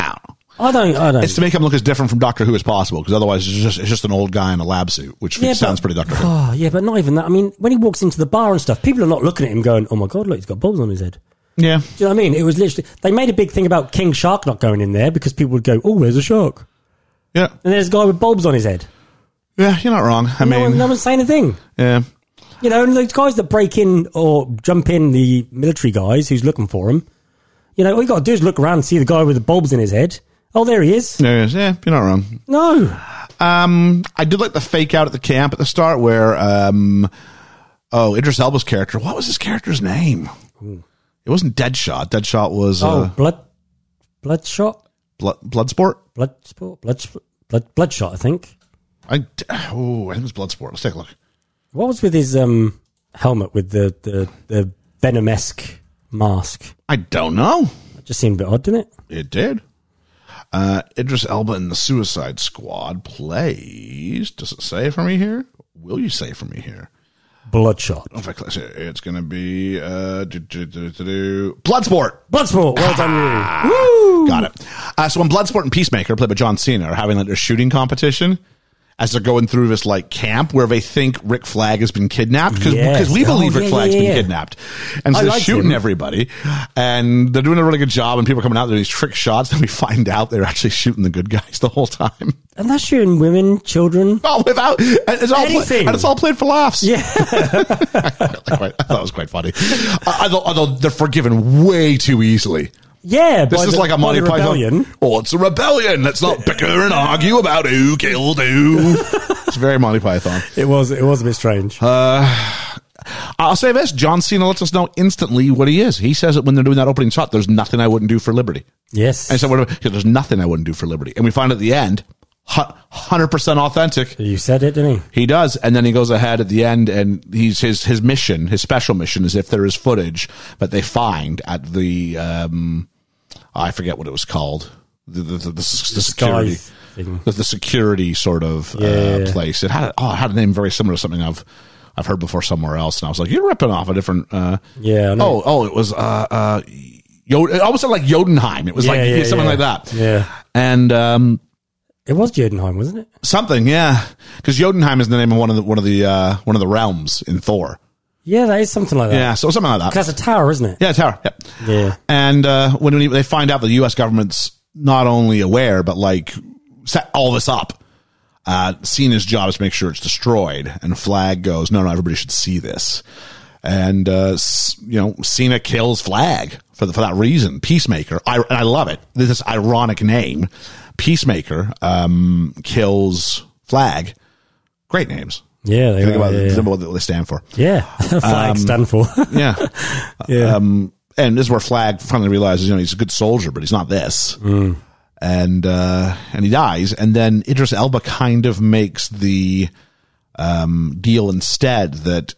I don't know.
I don't. I don't.
It's to make him look as different from Doctor Who as possible, because otherwise it's just, it's just an old guy in a lab suit, which
Yeah,
sounds
but-
pretty Doctor Who.
Oh, yeah, but not even that. I mean, when he walks into the bar and stuff, people are not looking at him going, "Oh my god, look, he's got bulbs on his head."
Yeah.
Do you know what I mean? It was literally they made a big thing about King Shark not going in there because people would go, "Oh, where's a shark?"
Yeah.
And there's a guy with bulbs on his head.
Yeah, you're not wrong. I
no,
mean,
one, no one's saying a thing.
yeah.
You know, and those guys that break in or jump in, the military guys who's looking for him. You know, all you got to do is look around and see the guy with the bulbs in his head. Oh, there he is.
There it is. Yeah, you're not wrong.
No.
Um, I did like the fake out at the camp at the start where, um, oh, Idris Elba's character. What was his character's name? It wasn't Deadshot. Deadshot was
Oh,
uh,
blood, bloodshot,
Blood, Bloodsport.
blood sport, blood, blood, bloodshot. I think.
I d- oh, I think it was Bloodsport. Let's take a look.
What was with his um helmet with the the, the venom esque mask?
I don't know.
That just seemed a bit odd, didn't it?
It did. Uh, Idris Elba in the Suicide Squad plays. Does it say for me here? Will you say for me here?
Bloodshot,
If I click, it's going to be uh, do, do, do, do, do. Bloodsport.
bloodsport. Well done, you.
Ah,
Woo!
Got it. Uh, so when Bloodsport and Peacemaker, played by John Cena, are having like their shooting competition as they're going through this like camp where they think Rick Flag has been kidnapped because
Yes.
we
Oh,
believe
yeah,
Rick
yeah,
Flag's
yeah,
been
yeah.
kidnapped, and so
I
they're
liked
shooting
him.
everybody, and they're doing a really good job, and people are coming out there these trick shots, and we find out they're actually shooting the good guys the whole time,
And that's shooting women, children.
all without and it's all pla-
Anything.
and it's all played for laughs.
Yeah.
Quite- I thought it was quite funny. I, I thought, although they're forgiven way too easily.
Yeah,
This
by
is
the-
like a
by
Monty
the
Python.
rebellion.
Oh, it's a rebellion. Let's not bicker and argue about who killed who. it's very Monty Python.
It was it was a bit strange.
Uh, I'll say this: John Cena lets us know instantly what he is. He says it when they're doing that opening shot. There's nothing I wouldn't do for liberty.
yes,
And so what- there's nothing I wouldn't do for liberty. And we find at the end, hundred percent authentic.
you said it, didn't he?
He does, and then he goes ahead at the end, and he's his his mission, his special mission, is if there is footage that they find at the um, I forget what it was called, the the, the, the, s- the security,
Sky thing.
the, the security sort of
Yeah,
uh,
yeah, yeah.
place. It had oh, it had a name very similar to something I've I've heard before somewhere else, and I was like, you're ripping off a different. Uh,
Yeah, I
Oh,
know.
oh, it was uh, uh, Yod- it almost sounded like Jodenheim. It was
Yeah,
like
yeah,
something
yeah.
like that.
Yeah.
and um,
It was Jodenheim, wasn't it?
Something, yeah, because Jotunheim is the name of one of the one of the uh, one of the realms in Thor.
Yeah, that is something like that.
Yeah, so something like that.
That's a tower, isn't it?
Yeah, tower. Yeah,
Yeah.
and uh, when we, they find out the U.S. government's not only aware but like set all this up, uh, Cena's job is to make sure it's destroyed. And Flag goes, "No, no, everybody should see this." And uh, s- you know, Cena kills Flag for the, for that reason. Peacemaker, I, and I love it. This ironic name, Peacemaker, um, kills Flag. Great names.
Yeah, they
Think
were,
about
yeah,
think
yeah.
about what they stand for.
yeah. flag stand for.
Yeah.
yeah.
Um, and this is where Flag finally realizes, you know, he's a good soldier, but he's not this. And uh, and he dies. And then Idris Elba kind of makes the um, deal instead that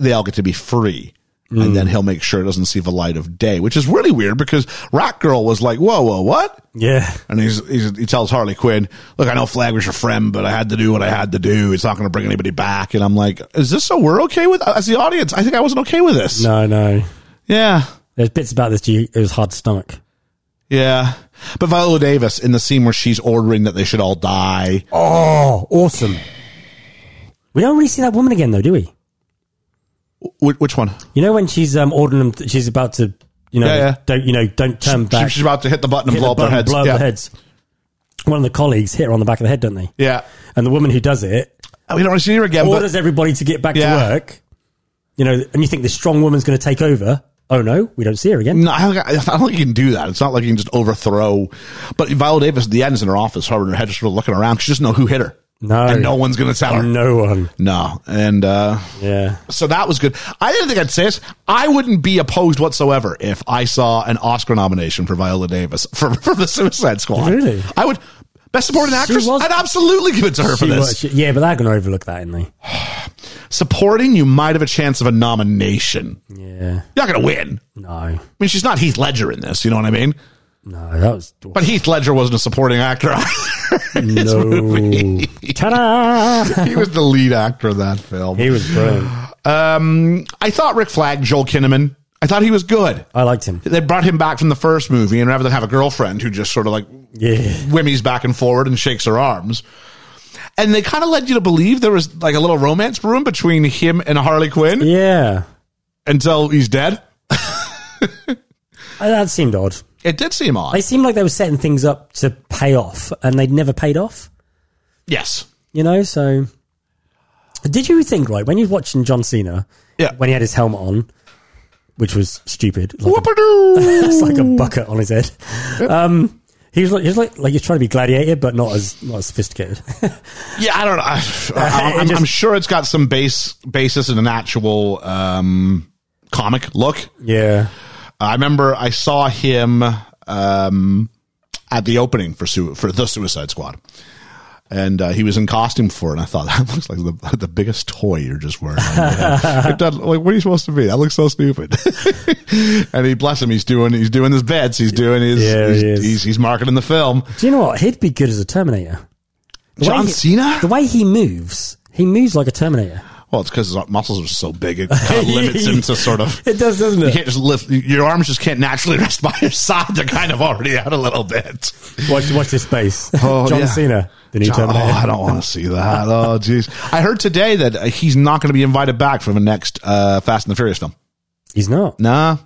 they all get to be free. And then he'll make sure it doesn't see the light of day, which is really weird because Rat Girl was like, whoa, whoa, what?
yeah.
And he's, he's, he tells Harley Quinn, look, I know Flag was your friend, but I had to do what I had to do. It's not going to bring anybody back. And I'm like, is this so we're okay with, as the audience? I think I wasn't okay with this.
No, no.
Yeah.
There's bits about this. You, it was hard to stomach.
Yeah. But Viola Davis in the scene where she's ordering that they should all die.
Oh, awesome. We don't really see that woman again, though, do we?
Wh- which one?
You know when she's um, ordering them, to, she's about to, you know,
Yeah, yeah.
don't you know, don't turn
She-
back.
she's about to hit the button and
hit
blow
the
up their
button,
heads.
blow up
yeah.
their heads. One of the colleagues hit her on the back of the head, don't they?
Yeah.
And the woman who does it
And We don't want to see her again,
orders
but
everybody to get back
Yeah.
to work. You know, and you think this strong woman's going to take over. Oh no, we don't see her again.
no, I don't, I don't think you can do that. It's not like you can just overthrow. But Viola Davis at the end is in her office, her and her head just sort of looking around. She doesn't know who hit her.
No.
And no one's going to tell her.
No one.
No. And, uh,
Yeah.
so that was good. I didn't think I'd say this. I wouldn't be opposed whatsoever if I saw an Oscar nomination for Viola Davis for, for the Suicide Squad.
Really?
I would Best supporting actress,
was-
I'd absolutely give it to her for
She
this.
was- she- yeah, but they're going to overlook that, aren't they?
Supporting, you might have a chance of a nomination.
Yeah.
You're not going to win. I
No.
mean, she's not Heath Ledger in this. You know what I mean?
No, that was.
But Heath Ledger wasn't a supporting actor. either.
no. Ta-da!
he was the lead actor of that film.
he was brilliant.
Um, I thought Rick Flag, Joel Kinnaman. I thought he was good.
I liked him.
They brought him back from the first movie, and rather than have a girlfriend who just sort of like
Yeah.
wimmies back and forward and shakes her arms. And they kind of led you to believe there was like a little romance brewing between him and Harley Quinn
Yeah.
until he's dead.
Uh, That seemed odd.
It did seem odd.
They seemed like they were setting things up to pay off, and they'd never paid off.
yes.
You know, so did you think right when you were watching John Cena?
Yeah.
When he had his helmet on, which was stupid, like a,
Whoop-a-doo.
it's like a bucket on his head. Um, he was like, he was like, like he's trying to be gladiator, but not as not as sophisticated.
Yeah, I don't know. I,
Uh, it
am I'm,
just-
I'm sure it's got some base basis in an actual um, comic look.
yeah,
Uh, I remember I saw him um, at the opening for Su- for the Suicide Squad, and uh, he was in costume for it. And I thought that looks like the, the biggest toy you're just wearing. on your head." It does- like, what are you supposed to be? That looks so stupid. and he, bless him, he's doing he's doing his bets. He's doing his
Yeah, he
he's,
is.
he's he's marketing the film.
do you know what? He'd be good as a Terminator. The way
John
he-
Cena.
The way he moves, he moves like a Terminator.
Well, it's because his muscles are so big, it kind of limits him to sort of.
It does, doesn't
You
it?
can't just lift. Your arms just can't naturally rest by your side. They're kind of already out a little bit.
Watch, watch this space.
Oh,
John
yeah.
Cena, the new
John- oh,
Terminator.
I don't want to see that. Oh, jeez. I heard today that uh, he's not going to be invited back for the next uh, Fast and the Furious film.
He's not.
Nah,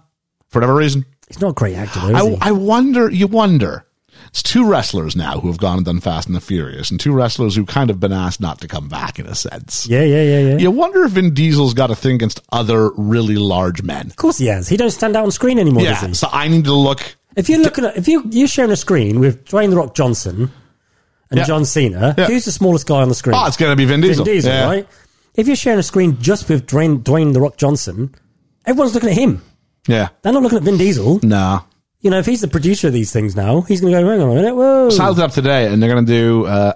for whatever reason.
He's not a great actor, though. Is
I,
he?
I wonder. You wonder. It's two wrestlers now who have gone and done Fast and the Furious, and two wrestlers who kind of been asked not to come back in a sense.
yeah, yeah, yeah, yeah.
You wonder if Vin Diesel's got a thing against other really large men.
Of course he has. He don't stand out on screen anymore, does
Yeah,
he?
so I need to look.
If you're looking at if you you're sharing a screen with Dwayne the Rock Johnson and
Yeah.
John Cena,
Yeah.
who's the smallest guy on the screen?
Oh, it's going to be Vin Diesel.
Vin Diesel,
Yeah.
right? If you're sharing a screen just with Dwayne, Dwayne the Rock Johnson, everyone's looking at him.
Yeah.
They're not looking at Vin Diesel.
Nah.
You know, if he's the producer of these things now, he's going to go, hang on a minute, whoa.
So I looked it up today, and they're going to do. Uh,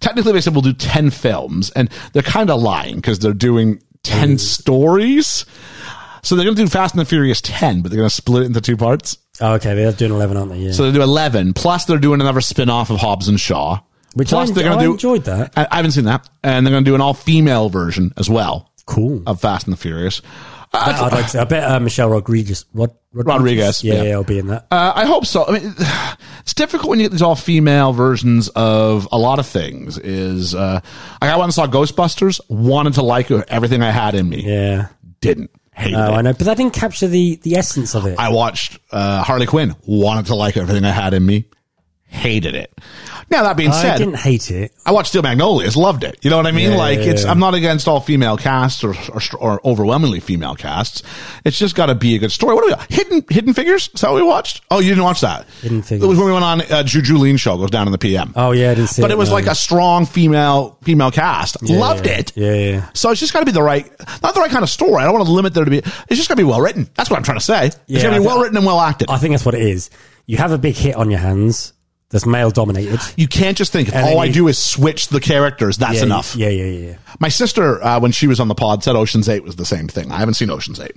technically, they said we'll do ten films, and they're kind of lying because they're doing ten stories. So they're going to do Fast and the Furious ten, but they're going to split it into two parts.
oh, okay, they're doing 11, aren't they? Yeah.
So they do eleven. Plus, they're doing another spin off of Hobbs and Shaw.
Which
plus
I,
they're
I
gonna do-
enjoyed that.
I, I haven't seen that, and they're going to do an all female version as well
Cool.
of Fast and the Furious. Uh,
That I'd like to see. I bet uh, Michelle Rodriguez, Rod, Rodriguez.
Rodriguez,
Yeah,
yeah.
yeah, I'll be in that.
Uh, I hope so. I mean, it's difficult when you get these all female versions of a lot of things. Is uh, I got one and saw Ghostbusters, wanted to like everything I had in me,
yeah.
didn't hate
No,
it.
I
I,
know, but that didn't capture the, the essence of it.
watched uh, Harley Quinn, wanted to like everything I had in me, hated it. Now that being
I
said,
didn't hate it.
I watched Steel Magnolias, loved it. You know what I mean?
Yeah,
like
yeah,
it's,
yeah.
I'm not against all female casts or, or, or overwhelmingly female casts. It's just got to be a good story. What do we got? Hidden, Hidden Figures? Is that what we watched? Oh, you didn't watch that.
Hidden Figures.
It was when we went on, uh, Juju Lean show goes down in the PM.
Oh yeah, I didn't see
but
it.
it was
no.
like a strong female, female cast.
Yeah,
loved
yeah.
it.
Yeah, yeah,
So it's just got to be the right, not the right kind of story. I don't want to limit there to be, it's just got to be well written. That's what I'm trying to say. It's
Yeah,
got
I
to be
thi-
well written and well acted.
I think that's what it is. You have a big hit on your hands that's male dominated.
you can't just think, if
And then
all I
you-
do is switch the characters, that's
yeah,
enough.
Yeah, yeah, yeah. yeah.
My sister, uh, when she was on the pod, said Ocean's Eight was the same thing. I haven't seen Ocean's Eight.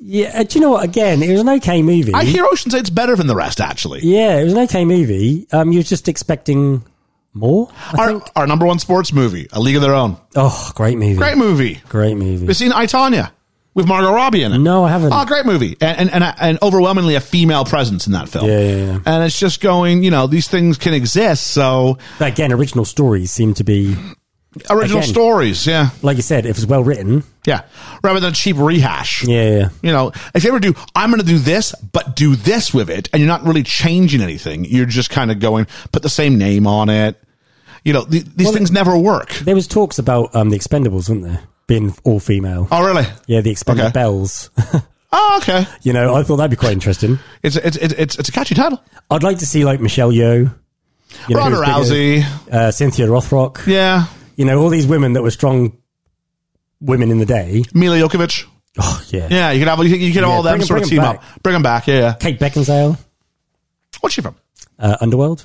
Yeah, uh, do you know what? Again, it was an okay movie.
I hear Ocean's Eight's better than the rest, actually.
yeah, it was an okay movie. Um, you were just expecting more. I
Our,
think.
our number one sports movie, A League of Their Own.
Oh, great movie.
Great movie.
Great movie.
You've seen I, Tonya with Margot Robbie in it.
No, I haven't.
Oh, great movie. And, and, and, and overwhelmingly a female presence in that film.
Yeah, yeah, yeah.
And it's just going, you know, these things can exist. So
But again, original stories seem to be,
original
Again.
stories. Yeah.
like you said, if it's well written.
Yeah. Rather than cheap rehash.
Yeah, yeah.
You know, if you ever do, I'm going to do this, but do this with it, and you're not really changing anything. You're just kind of going, put the same name on it. You know, th- these things never work.
There was talks about um, the Expendables, weren't there? Being all female.
Oh, really?
Yeah, the Expendables.
Okay. Oh, okay.
you know, I thought that'd be quite interesting.
It's it's it's it's, it's a catchy title.
I'd like to see like Michelle Yeoh, you know,
Ronda
who's bigger,
Rousey.
uh, Cynthia Rothrock.
Yeah.
You know, all these women that were strong women in the day.
Mila Jokovic.
Oh yeah,
Yeah, you could have you could, you could have
Yeah,
all them
bring 'em-
sort of
bring
team
'em
up. Bring them back. Yeah. yeah.
Kate Beckinsale,
What's she from?
uh, Underworld.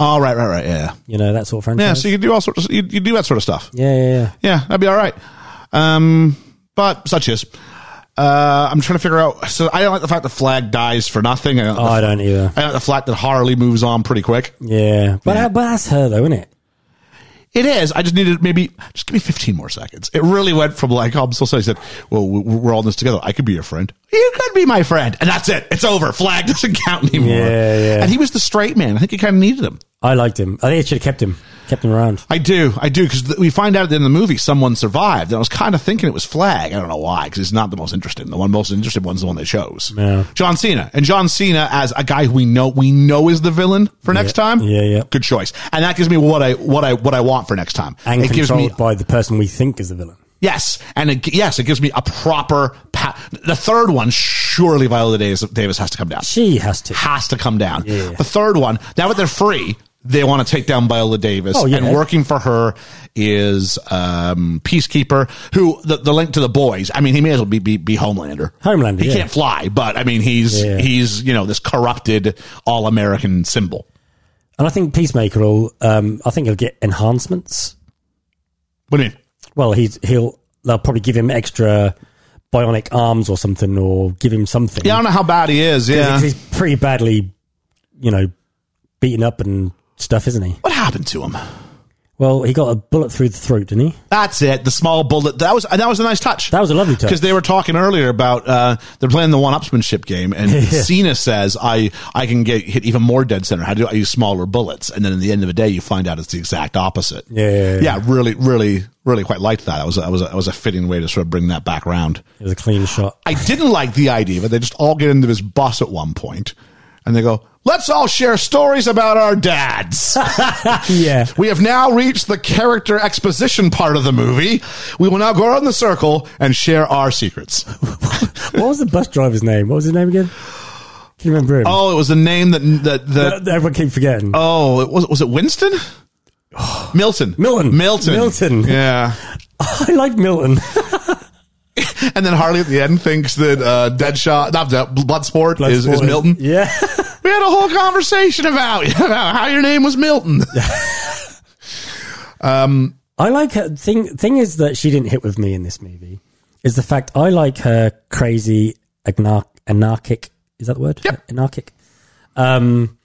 Oh, right, right, right. Yeah.
You know that sort of
Yeah.
franchise.
So you do all sorts of, you, you do that sort of stuff.
yeah, yeah, yeah.
Yeah, that'd be all right. Um, but such is. Uh, I'm trying to figure out. So I don't like the fact the flag dies for nothing. I don't,
Oh, I don't either.
I don't like the fact that Harley moves on pretty quick.
Yeah, but but that's her though, isn't it?
It is. I just needed maybe just give me 15 more seconds. It really went from like oh, I'm so sorry. I said, "Well, we- we're all in this together. I could be your friend. You could be my friend." And that's it. It's over. Flag doesn't count anymore.
Yeah, yeah.
And he was the straight man. I think you kind of needed him.
I liked him. I think it should have kept him, kept him around.
I do, I do, because we find out at the end of the movie someone survived, and I was kind of thinking it was Flag. I don't know why, because it's not the most interesting. The one most interesting one's the one they chose.
Yeah.
John Cena, and John Cena as a guy who we know we know is the villain for next time.
Yeah, yeah.
good choice. And that gives me what I what I what I want for next time.
And
it gives
controlled
me
by the person we think is the villain.
yes, and it, yes, it gives me a proper. Pa- the third one, surely Viola Davis, Davis has to come down
She has to.
has to come down.
Yeah.
The third one, now that they're free, they want to take down Viola Davis.
Oh, yeah.
And working for her is um, Peacekeeper, who the, the link to the boys. I mean, he may as well be be, be Homelander.
Homelander,
He
yeah.
can't fly, but I mean, he's
Yeah.
he's you know this corrupted all American symbol.
And I think Peacemaker will. Um, I think he'll get enhancements.
What do you mean?
Well, he's he'll they'll probably give him extra bionic arms or something, or give him something.
Yeah, I don't know how bad he is. Yeah.
Because he's pretty badly, you know, beaten up and stuff, isn't he?
What happened to him?
Well, he got a bullet through the throat, didn't he?
That's it. The small bullet. That was that was a nice touch.
That was a lovely touch.
because they were talking earlier about uh, they're playing the one-upsmanship game, and Cena says, "I I can get hit even more dead center. How do I use smaller bullets?" And then at the end of the day, you find out it's the exact opposite.
Yeah, yeah, yeah.
really, really, really quite liked that. That was that was that was a fitting way to sort of bring that back round.
It was a clean shot.
I didn't like the idea, but they just all get into this bus at one point, and they go, "Let's all share stories about our dads."
yeah.
We have now reached the character exposition part of the movie. We will now go around the circle and share our secrets.
What was the bus driver's name? What was his name again? Can you remember him?
Oh, it was the name that that that.
That- Everyone keep forgetting.
Oh, it was was it Winston? Milton.
Milton.
Milton.
Milton.
Yeah.
I like Milton.
And then Harley at the end thinks that uh, Deadshot, not that Bloodsport, is, is Milton.
Yeah.
We had a whole conversation about, about how your name was Milton.
I like her. Thing thing is that she didn't hit with me in this movie. Is the fact I like her crazy anar- anarchic. Is that the word?
Yep.
Anarchic. Um,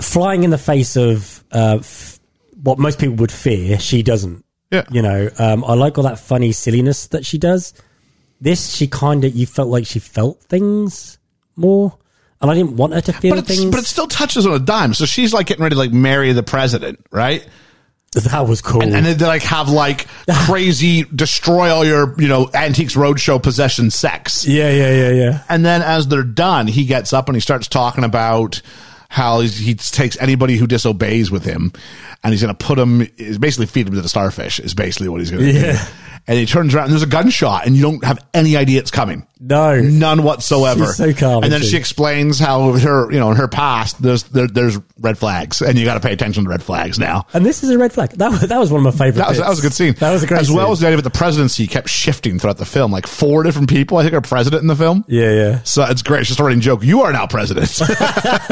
flying in the face of uh, f- what most people would fear, she doesn't.
Yeah.
You know, um, I like all that funny silliness that she does. This, she kind of you felt like she felt things more, and I didn't want her to feel
But, it's,
things.
but it still touches on a dime. So she's like getting ready to like marry the president, right?
that was cool.
and then they like have like crazy destroy all your you know antiques roadshow possession sex
yeah, yeah, yeah, yeah.
and then as they're done he gets up and he starts talking about how he's, he takes anybody who disobeys with him and he's going to put him is basically feed him to the starfish is basically what he's going to do
Yeah.
and he turns around and there's a gunshot and you don't have any idea it's coming
No.
none whatsoever
She's so calm,
and then
isn't
she
she?
explains how her you know in her past there's there, there's red flags and you got to pay attention to red flags now
And this is a red flag. That was, that was one of my favorite.
that was, that was a good scene.
That was a great
As well
scene.
as the idea that the presidency kept shifting throughout the film. Like four different people, I think, are president in the film.
yeah, yeah.
So it's great. It's just a running joke. You are now president.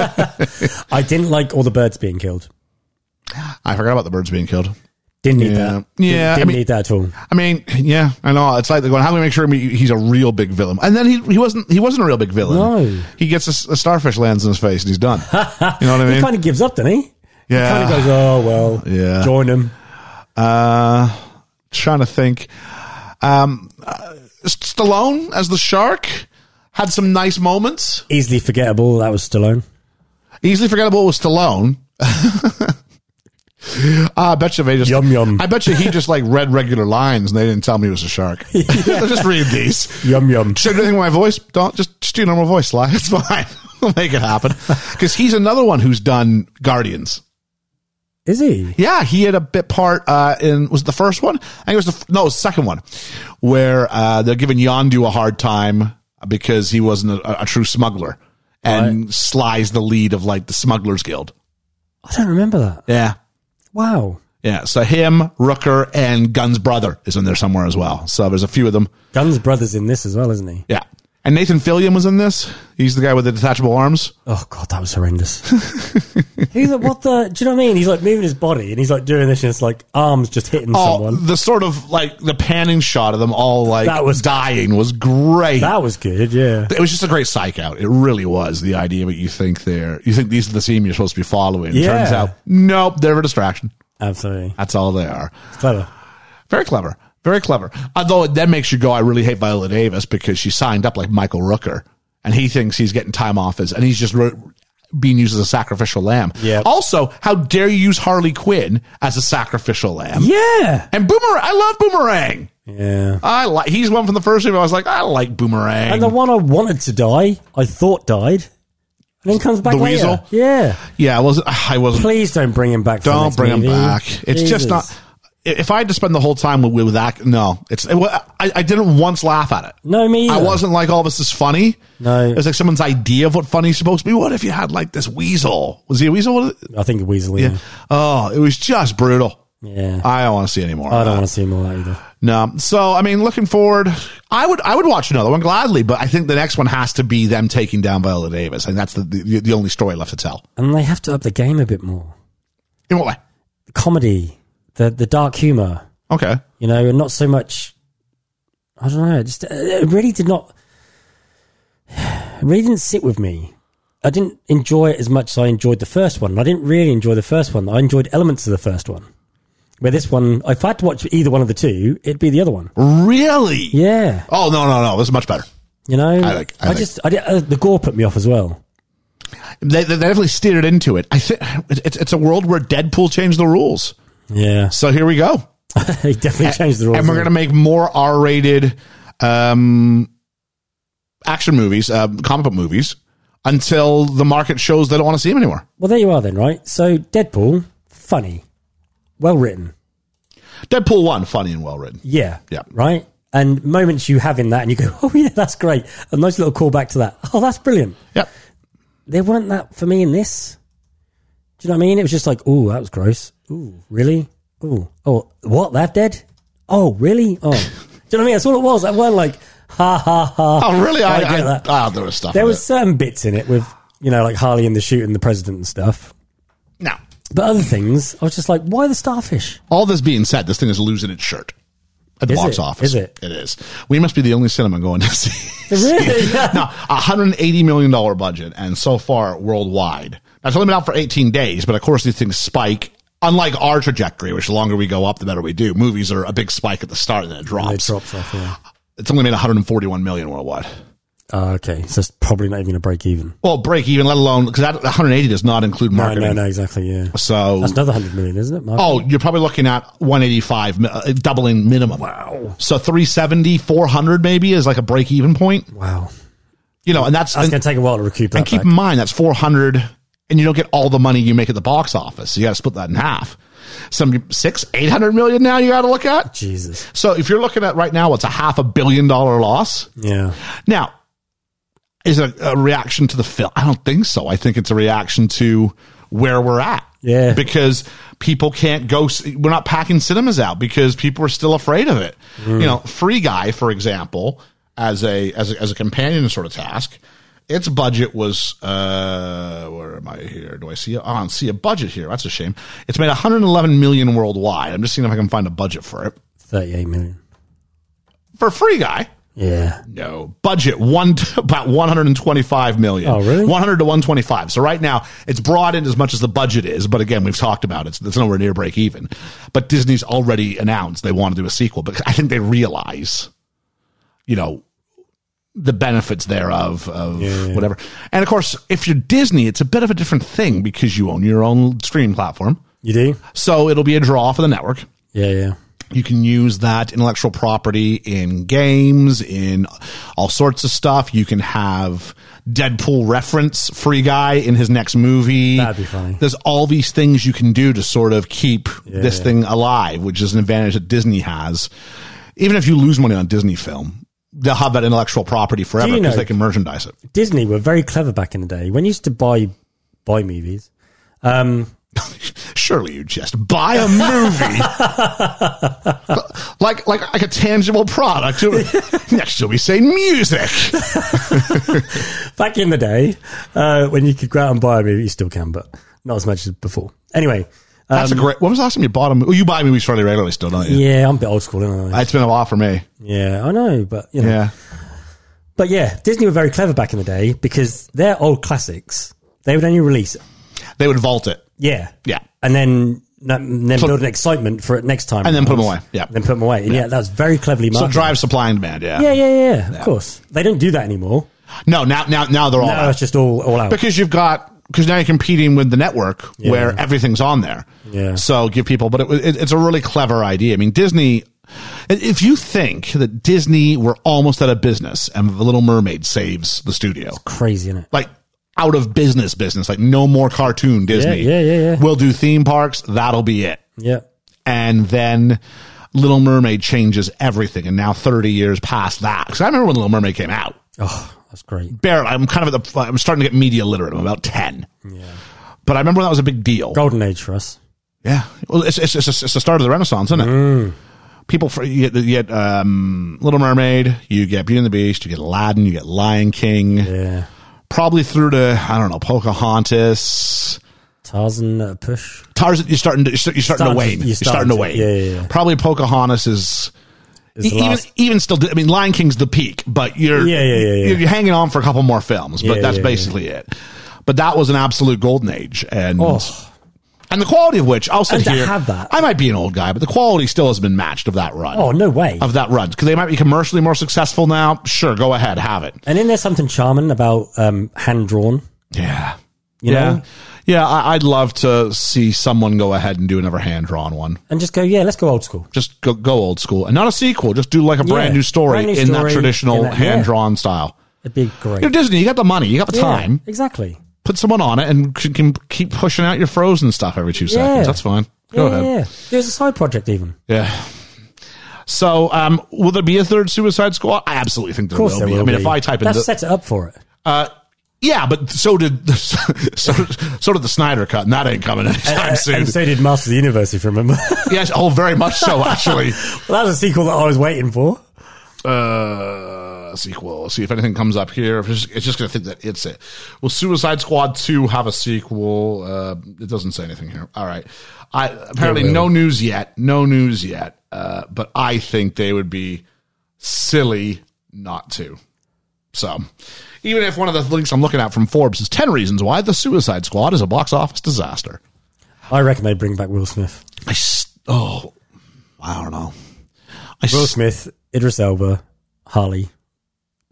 I didn't like all the birds being killed.
I forgot about the birds being killed.
Didn't need
Yeah.
that.
Yeah,
Didn't,
I
didn't
mean-
need that at all.
I mean, yeah, I know. It's like they're going, how do we make sure he- he's a real big villain? And then he, he wasn't he wasn't a real big villain.
No.
He gets a, s- a starfish lands in his face and he's done. You know what I
He
mean?
kind of gives up, doesn't he?
Yeah.
He kind of goes, oh, well,
Yeah.
join him.
Uh, trying to think. Um, uh, Stallone as the shark had some nice moments.
Easily forgettable. That was Stallone.
Easily forgettable was Stallone. Ah, I bet you they just
Yum, yum.
I bet you he just like read regular lines and they didn't tell me he was a shark. just read these.
Yum, yum.
Should I do anything with my voice? Don't just, just do your normal voice, Sly. It's fine. we'll make it happen. Because he's another one who's done Guardians.
Is he?
Yeah, he had a bit part uh, in was it the first one? I think it was the f- no, it was the second one where uh, they're giving Yondu a hard time because he wasn't a, a true smuggler and Sly's the lead of like the Smugglers Guild.
I don't remember that.
Yeah.
Wow.
Yeah. So him, Rooker, and Gun's brother is in there somewhere as well. So there's a few of them.
Guns Brothers in this as well, isn't he?
Yeah. And Nathan Fillion was in this. He's the guy with the detachable arms.
Oh god, that was horrendous. he's like, what the? Do you know what I mean? He's like moving his body, and he's like doing this, and it's like arms just hitting
Oh,
someone.
the sort of like the panning shot of them all like
That was-
dying was great.
That was good, yeah.
it was just a great psych out. It really was the idea. But you think they're you think these are the scene you're supposed to be following.
Yeah.
Turns out, nope, they're a distraction.
Absolutely
That's all they are.
clever.
Very clever. Very clever. Although it then makes you go, I really hate Viola Davis because she signed up like Michael Rooker, and he thinks he's getting time off as, and he's just re- being used as a sacrificial lamb.
Yeah.
Also, how dare you use Harley Quinn as a sacrificial lamb?
Yeah,
And Boomerang, I love Boomerang.
yeah.
I like. He's one from the first movie. I was like, I like Boomerang.
And the one I wanted to die, I thought died, and then comes back
The
later.
weasel?
Yeah.
yeah, I wasn't. I wasn't.
Please don't bring him back. For the
Don't
next
bring him
movie.
back. It's
Jesus.
just not. If I had to spend the whole time with, with that, no, it's. It, wa- I, I didn't once laugh at it.
No, me.
I
either.
wasn't like, oh, this is funny.
No.
It was like someone's idea of what funny's supposed to be. What if you had like this weasel? Was he a weasel? Was it-
I think Weasley.
Yeah.
Yeah.
Oh, it was just brutal.
yeah. I,
I don't want to see any more. of
don't
that.
want to see him all that either.
No. So I mean, looking forward, I would I would watch another one gladly, but I think the next one has to be them taking down Viola Davis, and that's the the, the only story left to tell.
And they have to up the game a bit more.
In what way?
Comedy, the the dark humor,
Okay.
you know, and not so much. I don't know. it Just uh, it really did not. It really didn't sit with me. I didn't enjoy it as much as I enjoyed the first one. I didn't really enjoy the first one. I enjoyed elements of the first one. Where this one, if I had to watch either one of the two, it'd be the other one.
Really?
Yeah,
Oh no no no! This is much better.
you know.
I like- I like-
just, I did, uh, the gore put me off as well.
They, they definitely steered into it. I think it's it's a world where Deadpool changed the rules.
Yeah,
So here we go.
he definitely changed the rules.
and we're going to make more R-rated um, action movies, uh, comic book movies, until the market shows they don't want to see them anymore.
Well, there you are then, right? So Deadpool, funny, well written,
Deadpool one, funny and well written.
yeah,
Yeah.
right. And moments you have in that, and you go, oh yeah, that's great. A nice little callback to that. Oh, that's brilliant.
Yep.
There weren't that for me in this. Do you know what I mean? It was just like, oh, that was gross. Ooh, really? Ooh, oh, what? That dead? Oh, really? Oh, do you know what I mean? That's all it was. I weren't like, ha ha ha.
Oh, really? I,
get
I,
that.
ah, there was stuff.
There
in
was
it.
certain bits in it with you know like Harley and the shoot and the president and stuff,
no.
but other things I was just like, why the starfish?
All this being said, this thing is losing its shirt at the
Is
box
it?
office.
Is it?
It is. We must be the only cinema going to see.
Really?
no, hundred eighty million dollar budget, and so far worldwide. Now, it's only been out for eighteen days, but of course these things spike. Unlike our trajectory, which the longer we go up, the better we do. Movies are a big spike at the start and then it
It
drops.
drops off. Yeah.
It's only made 141 million worldwide.
Oh, okay, so it's probably not even a break even.
Well, break even, let alone because that 180 does not include
No,
marketing.
no, no, exactly. Yeah,
So
that's another hundred million, isn't it? Mark?
Oh, you're probably looking at 185, mi- uh, doubling minimum. Wow. So 370, 400 maybe is like a break even point,
wow,
you know, and that's,
that's
and,
going to take a while to recoup that.
and keep
back.
in mind that's 400 and you don't get all the money you make at the box office. You got to split that in half. Some six, 800 million now you got to look at.
Jesus.
So if you're looking at right now, it's a half a billion dollar loss.
Yeah,
Now, is it a, a reaction to the film? I don't think so. I think it's a reaction to where we're at.
Yeah.
Because people can't go, s- we're not packing cinemas out because people are still afraid of it. You know, Free Guy, for example, as a, as a, as a companion sort of task, its budget was, uh, where am I here? Do I see it? Oh, I don't see a budget here. That's a shame. It's made 111 million worldwide. I'm just seeing if I can find a budget for it.
thirty-eight million.
For Free Guy,
Yeah,
no budget one about 125 million.
Oh, really?
100 to 125. So right now it's brought in as much as the budget is, but again we've talked about it. It's, it's nowhere near break even. But Disney's already announced they want to do a sequel because I think they realize, you know, the benefits thereof of whatever. And of course, if you're Disney, it's a bit of a different thing because you own your own streaming platform.
you do.
So it'll be a draw for the network
Yeah, yeah.
you can use that intellectual property in games, in all sorts of stuff. You can have Deadpool reference free guy in his next movie.
That'd be funny.
There's all these things you can do to sort of keep this
yeah.
thing alive, which is an advantage that Disney has. Even if you lose money on Disney film, they'll have that intellectual property forever
you
because
know-
they can merchandise it.
Disney were very clever back in the day when you used to buy buy movies. Um,
Surely you just buy a movie, like like like a tangible product. Next, you'll be saying music.
Back in the day, uh, when you could go out and buy a movie, you still can, but not as much as before. Anyway, uh,
That's a great. Um, When was the last time you bought a movie? You buy movies fairly regularly, still, don't you?
yeah, I'm a bit old school, aren't I?
It's been a while for me.
Yeah, I know, but you know.
Yeah.
But yeah, Disney were very clever back in the day because their old classics, they would only release,
They would vault it.
yeah,
Yeah.
and then and then
So-
build an excitement for it next time,
And then put 'em away, yeah.
And then put them away. And yeah, that was very cleverly
So
marketed.
drive supply and demand. Yeah.
yeah, yeah, yeah, yeah, Of course, they don't do that anymore.
No, now now now they're all
Now
out.
it's just all all out.
because you've got because now you're competing with the network where everything's on there.
Yeah.
So give people, but it, wa- it, it's a really clever idea. I mean, Disney. i- If you think that Disney were almost out of business and The Little Mermaid saves the studio,
Crazy, isn't it?
like out of business business, like no more cartoon Disney.
yeah, yeah, yeah.
We'll do theme parks. That'll be it.
Yeah.
And then Little Mermaid changes everything. And now 30 years past that. Cause I remember when Little Mermaid came out
Oh, that's great.
barely. I'm kind of at the. I'm starting to get media literate. I'm about ten. But I remember that was a big deal.
Golden age for us.
Yeah. Well, it's it's, it's, it's the start of the Renaissance, isn't it? People, for, you get, you get um, Little Mermaid, you get Beauty and the Beast, you get Aladdin, you get Lion King,
Yeah.
probably through to I don't know Pocahontas.
Tarzan at a push.
Tarzan, you're starting to you're, starting
Starting
to
to-
wane.
you're
You're starting to wane.
starting to- yeah, yeah, yeah.
Probably Pocahontas is. e-,
Is the
even
last-
even still, I mean, Lion King's the peak, but you're
Yeah, yeah, yeah, yeah.
you're hanging on for a couple more films, but
Yeah,
that's
yeah,
basically it. But that was an absolute golden age, and
Oh.
and the quality of which I'll sit
And to
here.
have that.
I might be an old guy, but the quality still has been matched of that run.
Oh, no way.
of that run because they might be commercially more successful now. Sure, go ahead, have it.
And then there's something charming about um, hand drawn.
Yeah,
You
yeah,
know?
yeah. I, I'd love to see someone go ahead and do another hand drawn one.
And just go, yeah, let's go old school.
just go, go old school and not a sequel. Just do like a brand new story
brand new
in that
story,
traditional
in that- yeah.
hand drawn style.
It'd be great.
You know, Disney, you got the money, you got the
Yeah,
time.
exactly.
Put someone on it and c- can keep pushing out your Frozen stuff every two
Yeah.
seconds. That's fine. Go
yeah,
ahead.
yeah. There's a side project even.
Yeah. So, um, will there be a third Suicide Squad? I absolutely think there
Of course
will
there
be.
will
I mean,
be.
if I type in
that
the,
sets it up for it.
uh, yeah, but so did so, so did the Snyder cut, and that ain't coming anytime
And-
soon.
and so did Master of the Universe, if you remember. well,
yes, oh, very much so, actually.
that was a sequel that I was waiting for.
uh, sequel. See if anything comes up here. If It's just, it's just going to think that it's it. Will Suicide Squad 2 have a sequel? Uh, it doesn't say anything here. All right. I Apparently,
It will.
no news yet. No news yet. Uh, but I think they would be silly not to. So, even if one of the links I'm looking at from Forbes is 10 reasons why the Suicide Squad is a box office disaster.
I reckon they bring back Will Smith.
I s- oh, I don't know. I
Will
s-
Smith, Idris Elba, Harley,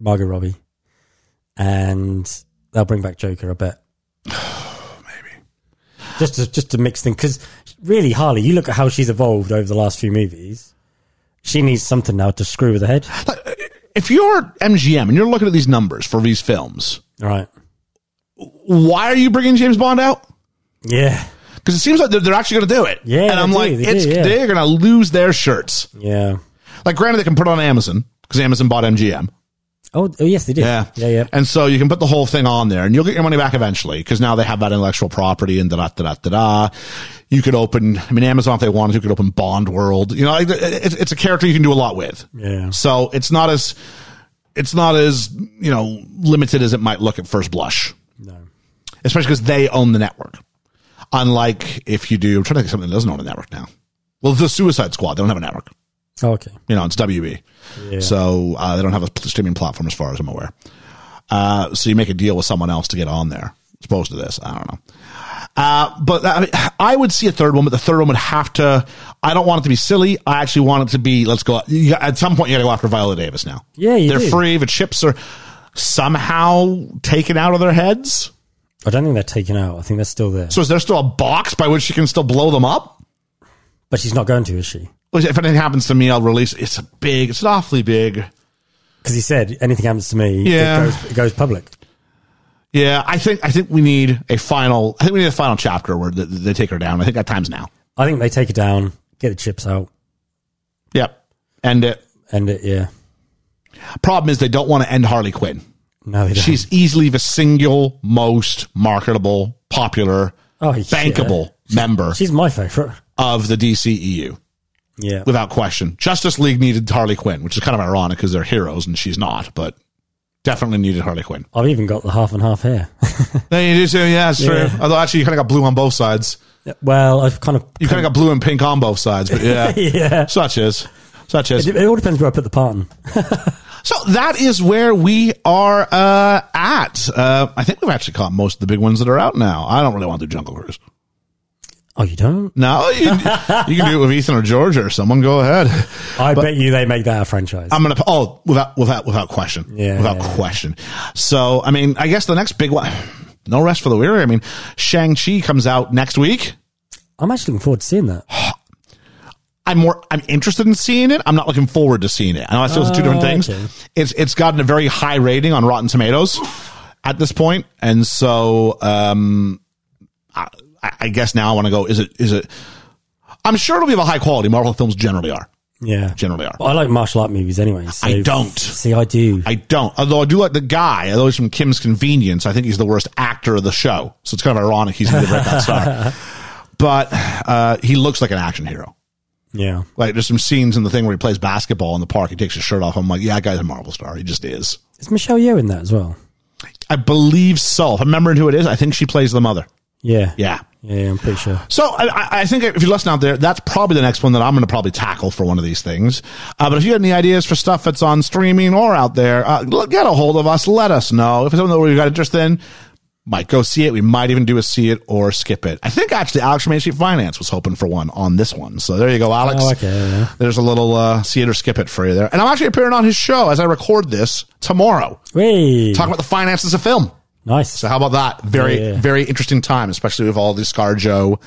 Margot Robbie, and they'll bring back Joker. I bet. Maybe. Just to, just to mix things, because really, Harley, you look at how she's evolved over the last few movies. She needs something now to screw with her head.
if you're MGM and you're looking at these numbers for these films,
All right.
why are you bringing James Bond out?
Yeah.
Because it seems like they're, they're actually going to do it.
Yeah,
and
they
I'm
do,
like,
they do,
it's
yeah.
they're going to lose their shirts.
Yeah.
Like, granted, they can put it on Amazon because Amazon bought MGM.
Oh, oh yes, they did.
Yeah,
Yeah. Yeah.
And so you can put the whole thing on there, and you'll get your money back eventually because now they have that intellectual property and da da da da da. da. You could open, I mean, Amazon if they wanted to could open Bond World. You know, like, it's, it's a character you can do a lot with.
Yeah.
So it's not as it's not as you know limited as it might look at first blush.
No.
especially because they own the network. Unlike if you do, I'm trying to think of something that doesn't own a network now. Well, the Suicide Squad, they don't have a network.
Oh, okay.
You know, it's WB. So uh, they don't have a pl- streaming platform as far as I'm aware. Uh, so you make a deal with someone else to get on there. It's Opposed to this, I don't know. Uh, but I, mean, I would see a third one, but the third one would have to. I don't want it to be silly. I actually want it to be. Let's go. You, at some point, you got to go after Viola Davis now.
Yeah, you
they're
do.
free. The chips are somehow taken out of their heads.
I don't think they're taken out. I think they're still there.
So is there still a box by which she can still blow them up?
But she's not going to, is she?
Well, If anything happens to me, I'll release. It's a big. It's an awfully big.
Because he said anything happens to me,
Yeah.
it, goes, it goes public.
Yeah, I think I think we need a final. I think we need a final chapter where th- they take her down. I think that time's now.
I think they take it down, get the chips out,
Yep. End it.
end it. Yeah.
uh, Problem is they don't want to end Harley Quinn.
No, they don't.
She's easily the single most marketable, popular,
Oh, yeah.
bankable member
She's my favorite.
of the DCEU,
Yeah.
without question. Justice League needed Harley Quinn, which is kind of ironic because they're heroes and she's not, but definitely needed Harley Quinn.
I've even got the half and half hair.
Then you do too, yeah, it's true.
Yeah.
Although actually, you kind of got blue on both sides.
well, I've kind of.
You kind of got blue and pink on both sides, but yeah,
Yeah.
such is. Such is.
It, it all depends where I put the parton.
So that is where we are uh, at. Uh, I think we've actually caught most of the big ones that are out now. I don't really want to do Jungle Cruise.
Oh, you don't?
No, you, you can do it with Ethan or Georgia or someone. Go ahead.
I bet you they make that a franchise.
I'm gonna oh without without without question.
Yeah.
Without question. So I mean, I guess the next big one. No rest for the weary. I mean, Shang Chi comes out next week.
I'm actually looking forward to seeing that.
I'm more I'm interested in seeing it. I'm not looking forward to seeing it. I know I feel it's two different things.
okay.
It's it's gotten a very high rating on Rotten Tomatoes at this point, and so um, I, I guess now I want to go. Is it is it? I'm sure it'll be of a high quality. Marvel films generally are.
Yeah.
Generally are.
Well, I like martial art movies anyway. So
I don't.
See, I do.
I don't. Although I do like the guy. Although he's from Kim's Convenience, I think he's the worst actor of the show. So it's kind of ironic he's gonna be the breakout star. But uh, he looks like an action hero.
yeah.
Like there's some scenes in the thing where he plays basketball in the park. He takes his shirt off. I'm like, yeah, that guy's a Marvel star. He just is.
Is Michelle Yeoh in that as well?
I believe so. If I'm remembering who it is, I think she plays the mother.
Yeah.
Yeah.
Yeah, I'm pretty sure.
So I- I, I think if you're listening out there, that's probably the next one that I'm going to probably tackle for one of these things. Uh, but if you got any ideas for stuff that's on streaming or out there, uh, l- get a hold of us. Let us know if it's something that we got interest in. Might go see it. We might even do a see it or skip it. I think actually Alex from Main Street Finance was hoping for one on this one. So there you go, Alex.
Oh, okay, yeah.
There's a little uh, see it or skip it for you there. And I'm actually appearing on his show as I record this tomorrow.
Whee!
Talking about the finances of film.
nice.
So how about that? Very,
Yeah.
very interesting time, especially with all the Scar Joe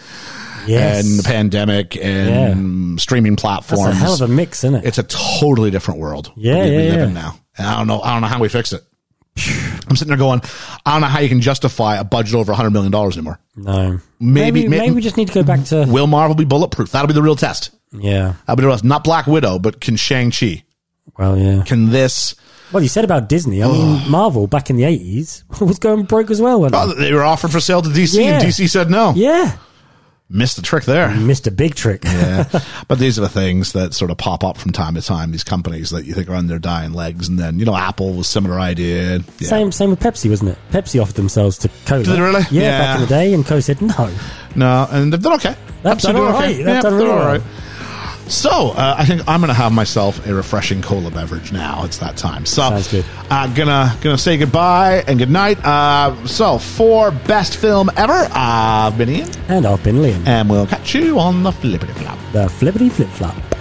yes.
and the pandemic and streaming
That's
platforms.
a hell of a mix, isn't it?
it's a totally different world.
Yeah,
we, we
yeah,
live
yeah.
in now. And I don't know. I don't know how we fix it. I'm sitting there going, I don't know how you can justify a budget over 100 million dollars anymore.
no.
Maybe-
maybe,
may-
maybe we just need to go back to.
Will Marvel be bulletproof? That'll be the real test.
Yeah.
That'll be the real test. Not Black Widow, but can Shang Chi?
Well, yeah.
Can this?
Well, you said about Disney. I mean, Marvel back in the 80s was going broke as well, wasn't it?
Oh, they were offered for sale to DC, and
Yeah.
DC said no.
Yeah.
Missed the trick there.
Missed a big trick.
yeah. But these are the things that sort of pop up from time to time. These companies that you think are on their dying legs, and then you know, Apple was similar idea. Yeah.
Same same with Pepsi, wasn't it? Pepsi offered themselves to Coke.
Did they really?
Yeah,
Yeah.
back in the day, and Coke said no.
No, and they've done okay.
They've
Absolutely
done all
okay.
right. They've done really well.
So uh, I think I'm going to have myself a refreshing cola beverage now. It's that time. So
Sounds good.
Uh, gonna gonna say goodbye and good night. Uh, so for best film ever, I've been Ian,
And I've been Liam.
and we'll catch you on the flippity flop.
The flippity flip flop.